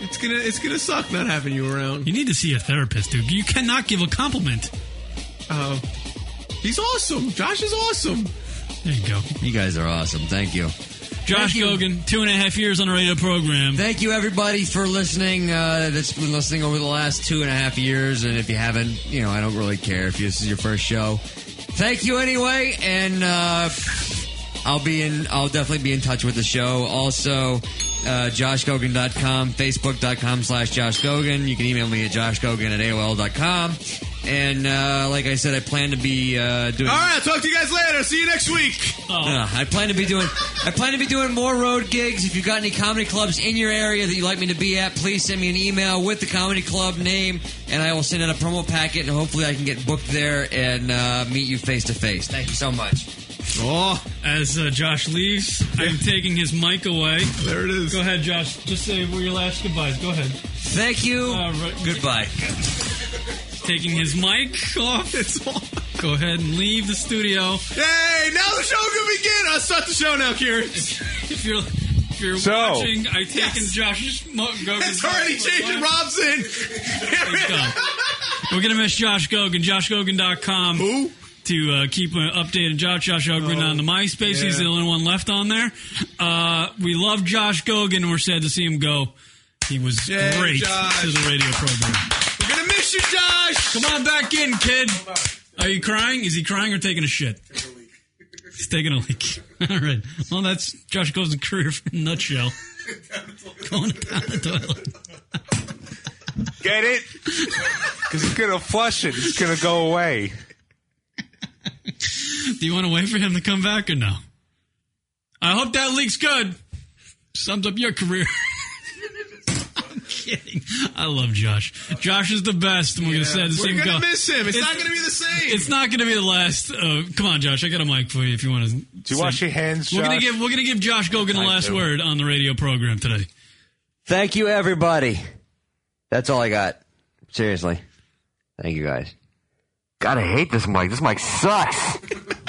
[SPEAKER 2] It's gonna. It's gonna suck not having you around.
[SPEAKER 3] You need to see a therapist, dude. You cannot give a compliment.
[SPEAKER 2] Oh, he's awesome. Josh is awesome.
[SPEAKER 3] There you go.
[SPEAKER 4] You guys are awesome. Thank you.
[SPEAKER 3] Josh Gogan, two and a half years on the radio program.
[SPEAKER 4] Thank you, everybody, for listening. Uh, that's been listening over the last two and a half years. And if you haven't, you know, I don't really care if this is your first show. Thank you anyway. And uh, I'll be in. I'll definitely be in touch with the show. Also, uh, joshgogan.com, facebook.com slash joshgogan. You can email me at joshgogan at aol.com. And uh, like I said, I plan to be uh, doing.
[SPEAKER 2] All right, talk to you guys later. See you next week.
[SPEAKER 4] Uh, I plan to be doing. I plan to be doing more road gigs. If you've got any comedy clubs in your area that you'd like me to be at, please send me an email with the comedy club name, and I will send out a promo packet, and hopefully I can get booked there and uh, meet you face to face. Thank you so much.
[SPEAKER 2] Oh,
[SPEAKER 3] as uh, Josh leaves, I'm taking his mic away.
[SPEAKER 2] There it is.
[SPEAKER 3] Go ahead, Josh. Just say where your last goodbyes. Go ahead. Uh,
[SPEAKER 4] Thank you. Goodbye.
[SPEAKER 3] Taking his mic off. It's off. Go ahead and leave the studio.
[SPEAKER 2] Hey, now the show can begin. I'll start the show now, Kieran.
[SPEAKER 3] If you're if you're
[SPEAKER 2] So-
[SPEAKER 3] watching, I've taken Josh's mo- go-
[SPEAKER 2] It's already changing Robson.
[SPEAKER 3] He's gone. We're gonna miss Josh Gogan. JoshGogan.com. Who? To uh, keep uh, updated Josh Josh Ogren
[SPEAKER 2] Oh,
[SPEAKER 3] on the MySpace. He's
[SPEAKER 15] yeah.
[SPEAKER 3] the only one left on there. Uh, we love Josh Gogan. We're sad to see him go. He was
[SPEAKER 2] Yay,
[SPEAKER 3] great
[SPEAKER 2] Josh.
[SPEAKER 3] to the radio program.
[SPEAKER 2] We're gonna miss you, Josh.
[SPEAKER 3] Come on back in, kid. Are you crying? Is he crying or taking a shit? He's taking a leak. All right. Well, that's Josh Goes career in a nutshell. Going down the toilet.
[SPEAKER 9] Get it? Because it's going to flush it. It's going to go away.
[SPEAKER 3] Do you want to wait for him to come back or no? I hope that leak's good. Sums up your career. I'm kidding. I love Josh. Josh is the best, and we're gonna say the
[SPEAKER 2] We're
[SPEAKER 3] same.
[SPEAKER 2] gonna
[SPEAKER 3] go-
[SPEAKER 2] miss him. It's not gonna be the same.
[SPEAKER 3] It's not gonna be the last. Uh, come on, Josh. I got a mic for you if you want to. Do
[SPEAKER 9] you wash your hands,
[SPEAKER 3] We're gonna
[SPEAKER 9] Josh?
[SPEAKER 3] give we're gonna give Josh Gogan the
[SPEAKER 9] I
[SPEAKER 3] last
[SPEAKER 9] do.
[SPEAKER 3] word on the radio program today.
[SPEAKER 14] Thank you, everybody. That's all I got. Seriously. Thank you, guys. God, I hate this mic. This mic sucks.